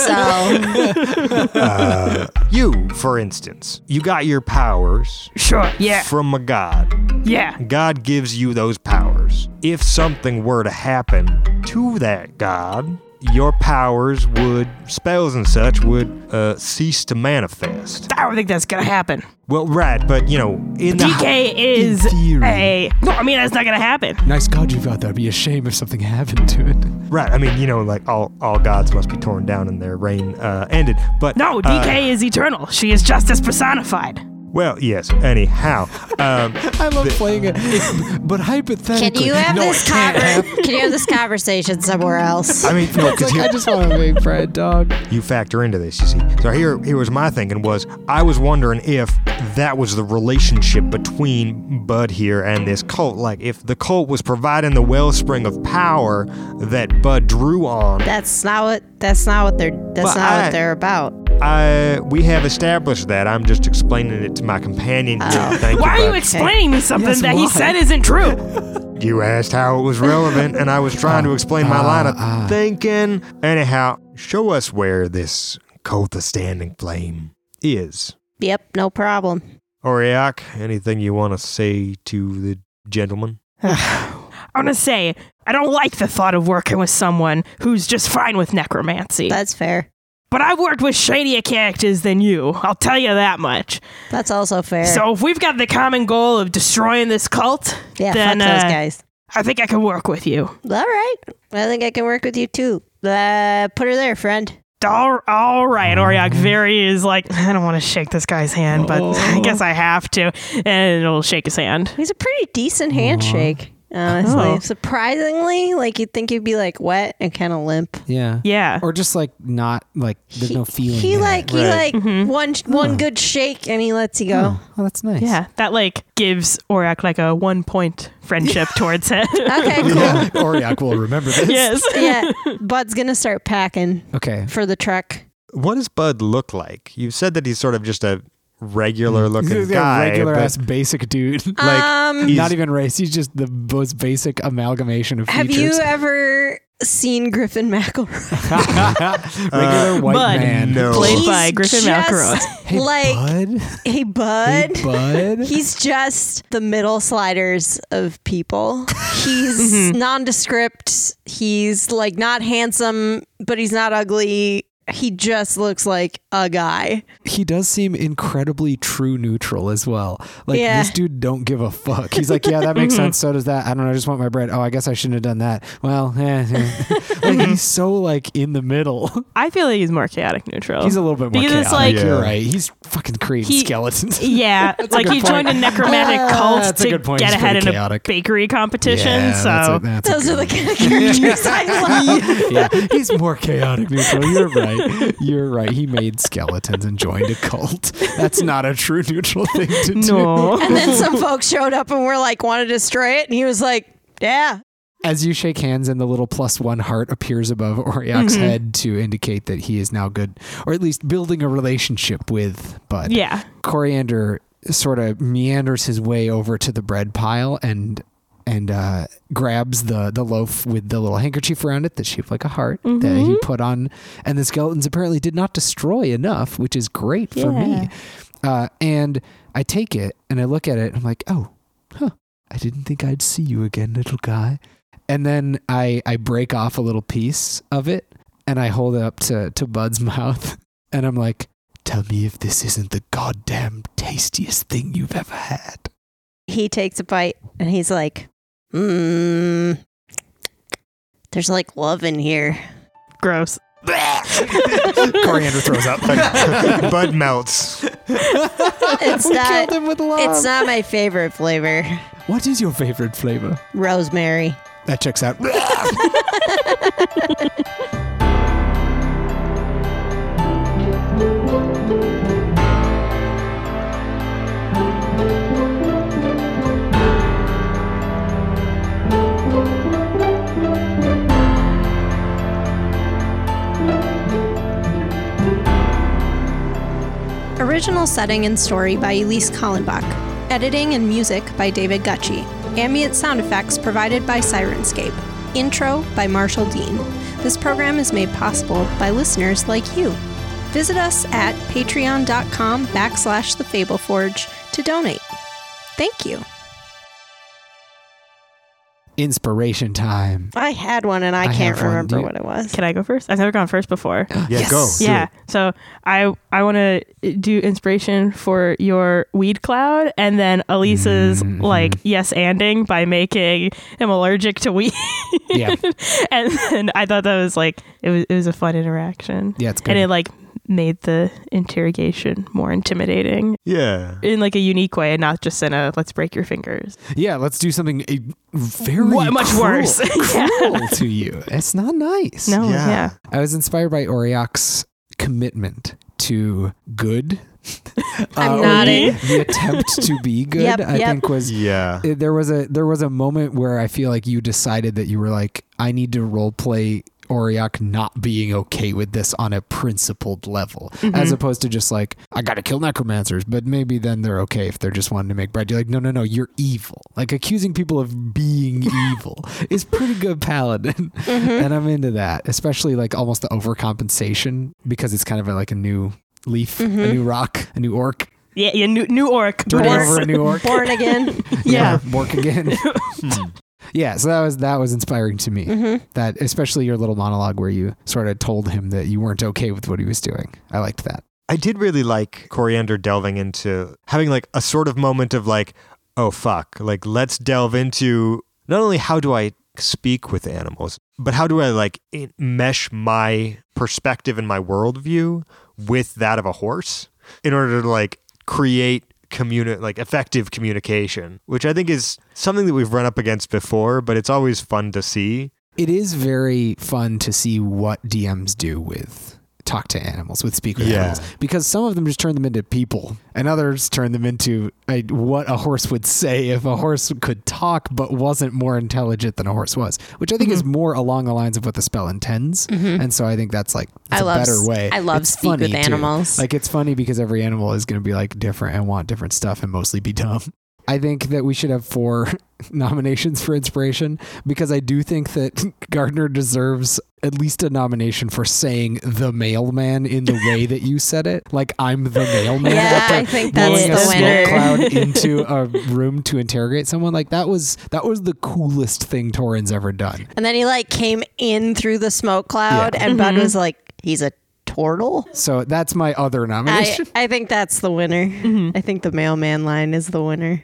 Speaker 6: so
Speaker 2: Uh, you, for instance, you got your powers
Speaker 5: Sure. Yeah.
Speaker 2: from a god.
Speaker 5: Yeah.
Speaker 2: God gives you those powers. If something were to happen to that God, your powers would, spells and such, would uh, cease to manifest.
Speaker 5: I don't think that's gonna happen.
Speaker 2: Well, right, but you know, in the
Speaker 5: DK is
Speaker 2: theory.
Speaker 5: a no. I mean, that's not gonna happen.
Speaker 3: nice God you've got there. It'd be a shame if something happened to it.
Speaker 2: right, I mean, you know, like all all gods must be torn down and their reign uh, ended. But
Speaker 5: No,
Speaker 2: uh,
Speaker 5: DK is eternal. She is justice personified.
Speaker 2: well, yes. Anyhow, um,
Speaker 3: I love playing it, but
Speaker 6: can
Speaker 3: hypothetically,
Speaker 6: you have
Speaker 3: no,
Speaker 6: this
Speaker 3: it can't happen.
Speaker 6: conver- Can you have this conversation somewhere else?
Speaker 2: I mean, no,
Speaker 3: It's
Speaker 2: because
Speaker 3: like, I just want to make Fred dog.
Speaker 2: you factor into this you see so here here was my thinking was i was wondering if that was the relationship between bud here and this cult like if the cult was providing the wellspring of power that bud drew on
Speaker 6: That's not what. That's not what they're. That's
Speaker 2: But
Speaker 6: not
Speaker 2: I-
Speaker 6: what they're about.
Speaker 2: i we have established that i'm just explaining it to my companion here. Thank
Speaker 5: Oh. Why
Speaker 2: you,
Speaker 5: are you
Speaker 2: Bud.
Speaker 5: explaining me something
Speaker 3: Yes,
Speaker 5: that
Speaker 3: why?
Speaker 5: he said isn't true?
Speaker 2: you asked how it was relevant and i was trying to explain my line of
Speaker 5: Ah,
Speaker 2: thinking anyhow show us where this cult of standing flame is
Speaker 6: Yep, no problem.
Speaker 2: Oriak, anything you want to say to the gentleman?
Speaker 5: I'm gonna say I don't like the thought of working with someone who's just fine with necromancy.
Speaker 6: That's fair.
Speaker 5: but I've worked with shadier characters than you. I'll tell you that much.
Speaker 6: That's also fair.
Speaker 5: So if we've got the common goal of destroying this cult,
Speaker 6: yeah,
Speaker 5: then
Speaker 6: fuck
Speaker 5: uh,
Speaker 6: those guys.
Speaker 5: I think I can work with you.
Speaker 6: All right. I think I can work with you too. Uh, put her there, friend.
Speaker 5: All, all right, Oriok
Speaker 3: Mm-hmm.
Speaker 5: Very is like, I don't want to shake this guy's hand, but I guess
Speaker 3: Oh.
Speaker 5: I have to, and it'll shake his hand.
Speaker 6: He's a pretty decent handshake, honestly.
Speaker 5: Oh.
Speaker 6: Surprisingly, like you'd think he'd be like wet and kind of limp.
Speaker 3: Yeah.
Speaker 5: Yeah.
Speaker 3: Or just like not like there's no feeling.
Speaker 6: He
Speaker 3: in it.
Speaker 6: like he
Speaker 2: Right.
Speaker 6: like
Speaker 5: Mm-hmm.
Speaker 6: one one good shake and he lets you go.
Speaker 3: Oh, well, that's nice.
Speaker 5: yeah, that like gives Oriok like a one point friendship towards him.
Speaker 6: Okay, cool.
Speaker 3: Yeah. Oriok will remember this.
Speaker 5: yes.
Speaker 6: yeah, Bud's gonna start packing
Speaker 3: Okay.
Speaker 6: for the truck.
Speaker 2: What does Bud look like? You said that he's sort of just a regular looking
Speaker 3: He's a
Speaker 2: guy.
Speaker 3: regular
Speaker 2: but,
Speaker 3: ass basic dude.
Speaker 2: like,
Speaker 6: um,
Speaker 2: he's-
Speaker 3: Not even race. He's just the most basic amalgamation of
Speaker 6: Have
Speaker 3: features.
Speaker 6: you
Speaker 4: uh,
Speaker 6: ever seen Griffin McElroy?
Speaker 3: regular white
Speaker 5: Bud.
Speaker 3: man.
Speaker 2: No.
Speaker 5: Played
Speaker 6: He's
Speaker 5: by Griffin
Speaker 6: just
Speaker 5: McElroy.
Speaker 3: Hey,
Speaker 6: like
Speaker 3: Bud.
Speaker 6: hey bud.
Speaker 3: Hey, Bud.
Speaker 6: He's just the middle sliders of people. He's
Speaker 5: Mm-hmm.
Speaker 6: nondescript. He's like not handsome, but he's not ugly. He just looks like a guy.
Speaker 3: he does seem incredibly true neutral as well. Like
Speaker 6: Yeah.
Speaker 3: this dude don't give a fuck. He's like, yeah, that makes sense. So does that. I don't know. I just want my bread. Oh, I guess I shouldn't have done that. Well, eh, eh. like he's so like in the middle.
Speaker 5: I feel like he's more chaotic neutral.
Speaker 3: he's a little bit more.
Speaker 5: Because it's
Speaker 3: chaotic.
Speaker 2: like-
Speaker 3: you're
Speaker 2: Yeah.
Speaker 3: right. He's fucking creating
Speaker 5: He-
Speaker 3: skeletons.
Speaker 5: Yeah, like he
Speaker 3: good
Speaker 5: joined a
Speaker 3: point.
Speaker 5: necromantic
Speaker 3: Ah,
Speaker 5: cult
Speaker 3: that's a
Speaker 5: to
Speaker 3: good point.
Speaker 5: get
Speaker 3: He's
Speaker 5: ahead in
Speaker 3: pretty
Speaker 5: a
Speaker 3: chaotic.
Speaker 5: bakery competition.
Speaker 3: that's
Speaker 5: so
Speaker 3: a- that's a
Speaker 6: Those
Speaker 3: good
Speaker 6: are the
Speaker 3: one.
Speaker 6: kind of characters I love.
Speaker 3: yeah, he's more chaotic neutral. You're right. You're right. He made skeletons and joined a cult. That's not a true neutral thing to do.
Speaker 5: no.
Speaker 6: And then some folks showed up and were like, want to destroy it. And he was like, yeah.
Speaker 3: As you shake hands and the little plus one heart appears above Oriok's
Speaker 5: Mm-hmm.
Speaker 3: head to indicate that he is now good, or at least building a relationship with Bud.
Speaker 5: Yeah.
Speaker 3: Coriander sort of meanders his way over to the bread pile and and uh, grabs the the loaf with the little handkerchief around it that's shaped like a heart that he put on. And the skeletons apparently did not destroy enough, which is great for me. Uh, and I take it and I look at it. And I'm like, oh, huh. I didn't think I'd see you again, little guy. And then I I break off a little piece of it and I hold it up to to Bud's mouth and I'm like, tell me if this isn't the goddamn tastiest thing you've ever had.
Speaker 6: He takes a bite and he's like, mmm, there's like love in here.
Speaker 5: Gross.
Speaker 3: Coriander throws up.
Speaker 2: Bud melts.
Speaker 6: It's
Speaker 3: we
Speaker 6: not-
Speaker 3: killed him with love.
Speaker 6: Uh, It's not my favorite flavor.
Speaker 3: what is your favorite flavor?
Speaker 6: Rosemary.
Speaker 3: That checks out.
Speaker 6: Original setting and story by Elise Kallenbach. Editing and music by David Gucci.
Speaker 4: Ambient sound effects provided by Sirenscape. Intro by Marshall Dean. This program is made possible by listeners like you. Visit us at patreon.com backslash the Fable Forge to donate. Thank you.
Speaker 3: Inspiration time.
Speaker 6: I had one and I,
Speaker 3: I
Speaker 6: can't
Speaker 3: have one. Do
Speaker 6: remember
Speaker 3: you-
Speaker 6: what it was.
Speaker 5: Can I go first? I've never gone first before.
Speaker 2: Yeah, go. do
Speaker 5: yeah.
Speaker 2: it.
Speaker 5: So I I want to do inspiration for your weed cloud, and then Elisa's
Speaker 3: Mm-hmm.
Speaker 5: like yes anding by making him allergic to weed,
Speaker 3: Yeah.
Speaker 5: and then I thought that was like it was it was a fun interaction.
Speaker 3: Yeah, it's good.
Speaker 5: and it like made the interrogation more intimidating
Speaker 2: Yeah.
Speaker 5: in like a unique way, and not just in a let's break your fingers.
Speaker 3: yeah, let's do something eh, very
Speaker 5: What- much
Speaker 3: cruel-
Speaker 5: worse. Yeah.
Speaker 3: cruel to you. It's not nice.
Speaker 5: No,
Speaker 2: Yeah.
Speaker 5: yeah.
Speaker 3: I was inspired by Oriok's commitment to good. Uh,
Speaker 6: I'm
Speaker 3: or
Speaker 6: nodding.
Speaker 3: The, the attempt to be good,
Speaker 6: Yep,
Speaker 3: I
Speaker 6: yep.
Speaker 3: think, was
Speaker 2: Yeah.
Speaker 3: it- there was a there was a moment where I feel like you decided that you were like, I need to role play Oriok not being okay with this on a principled level, as opposed to just like, I gotta kill necromancers, but maybe then they're okay if they're just wanting to make bread. You're like, no, no, no, you're evil. Like accusing people of being evil is pretty good paladin, and I'm into that, especially like almost the overcompensation because it's kind of like a new leaf, a new rock, a new orc.
Speaker 5: Yeah, yeah, new, new orc.
Speaker 3: Turn
Speaker 5: Orcs.
Speaker 3: over a new orc.
Speaker 6: Born again.
Speaker 3: Yeah, work again. yeah, so that was that was inspiring to me.
Speaker 6: Mhm.
Speaker 3: That especially your little monologue where you sort of told him that you weren't okay with what he was doing. I liked that.
Speaker 2: I did really like Coriander delving into having like a sort of moment of like, oh fuck, like let's delve into not only how do I speak with animals, but how do I like en- mesh my perspective and my worldview with that of a horse in order to like create communi- like effective communication, which I think is something that we've run up against before, but it's always fun to see.
Speaker 3: It is very fun to see what DMs do with talk to animals, with speak with
Speaker 2: Yeah.
Speaker 3: animals, because some of them just turn them into people, and others turn them into a, what a horse would say if a horse could talk but wasn't more intelligent than a horse was, which I think
Speaker 6: Mm-hmm.
Speaker 3: is more along the lines of what the spell intends. And so I think that's like
Speaker 6: I
Speaker 3: it's a
Speaker 6: love
Speaker 3: better
Speaker 6: s-
Speaker 3: way.
Speaker 6: I love
Speaker 3: It's
Speaker 6: speak
Speaker 3: funny,
Speaker 6: with
Speaker 3: too.
Speaker 6: animals.
Speaker 3: Like it's funny because every animal is going to be like different and want different stuff and mostly be dumb. I think that we should have four nominations for inspiration because I do think that Gardner deserves at least a nomination for saying the mailman in the way that you said it. Like I'm the mailman.
Speaker 6: Yeah,
Speaker 3: after
Speaker 6: I think that's
Speaker 3: blowing a
Speaker 6: the
Speaker 3: smoke
Speaker 6: winner.
Speaker 3: cloud into a room to interrogate someone. Like that was that was the coolest thing Torin's ever done.
Speaker 6: And then he like came in through the smoke cloud and Bud
Speaker 4: Mm-hmm.
Speaker 6: was like, he's a turtle.
Speaker 3: So that's my other
Speaker 6: I,
Speaker 3: nomination.
Speaker 5: Mm-hmm.
Speaker 6: I think that's the winner. I think the mailman line is the winner.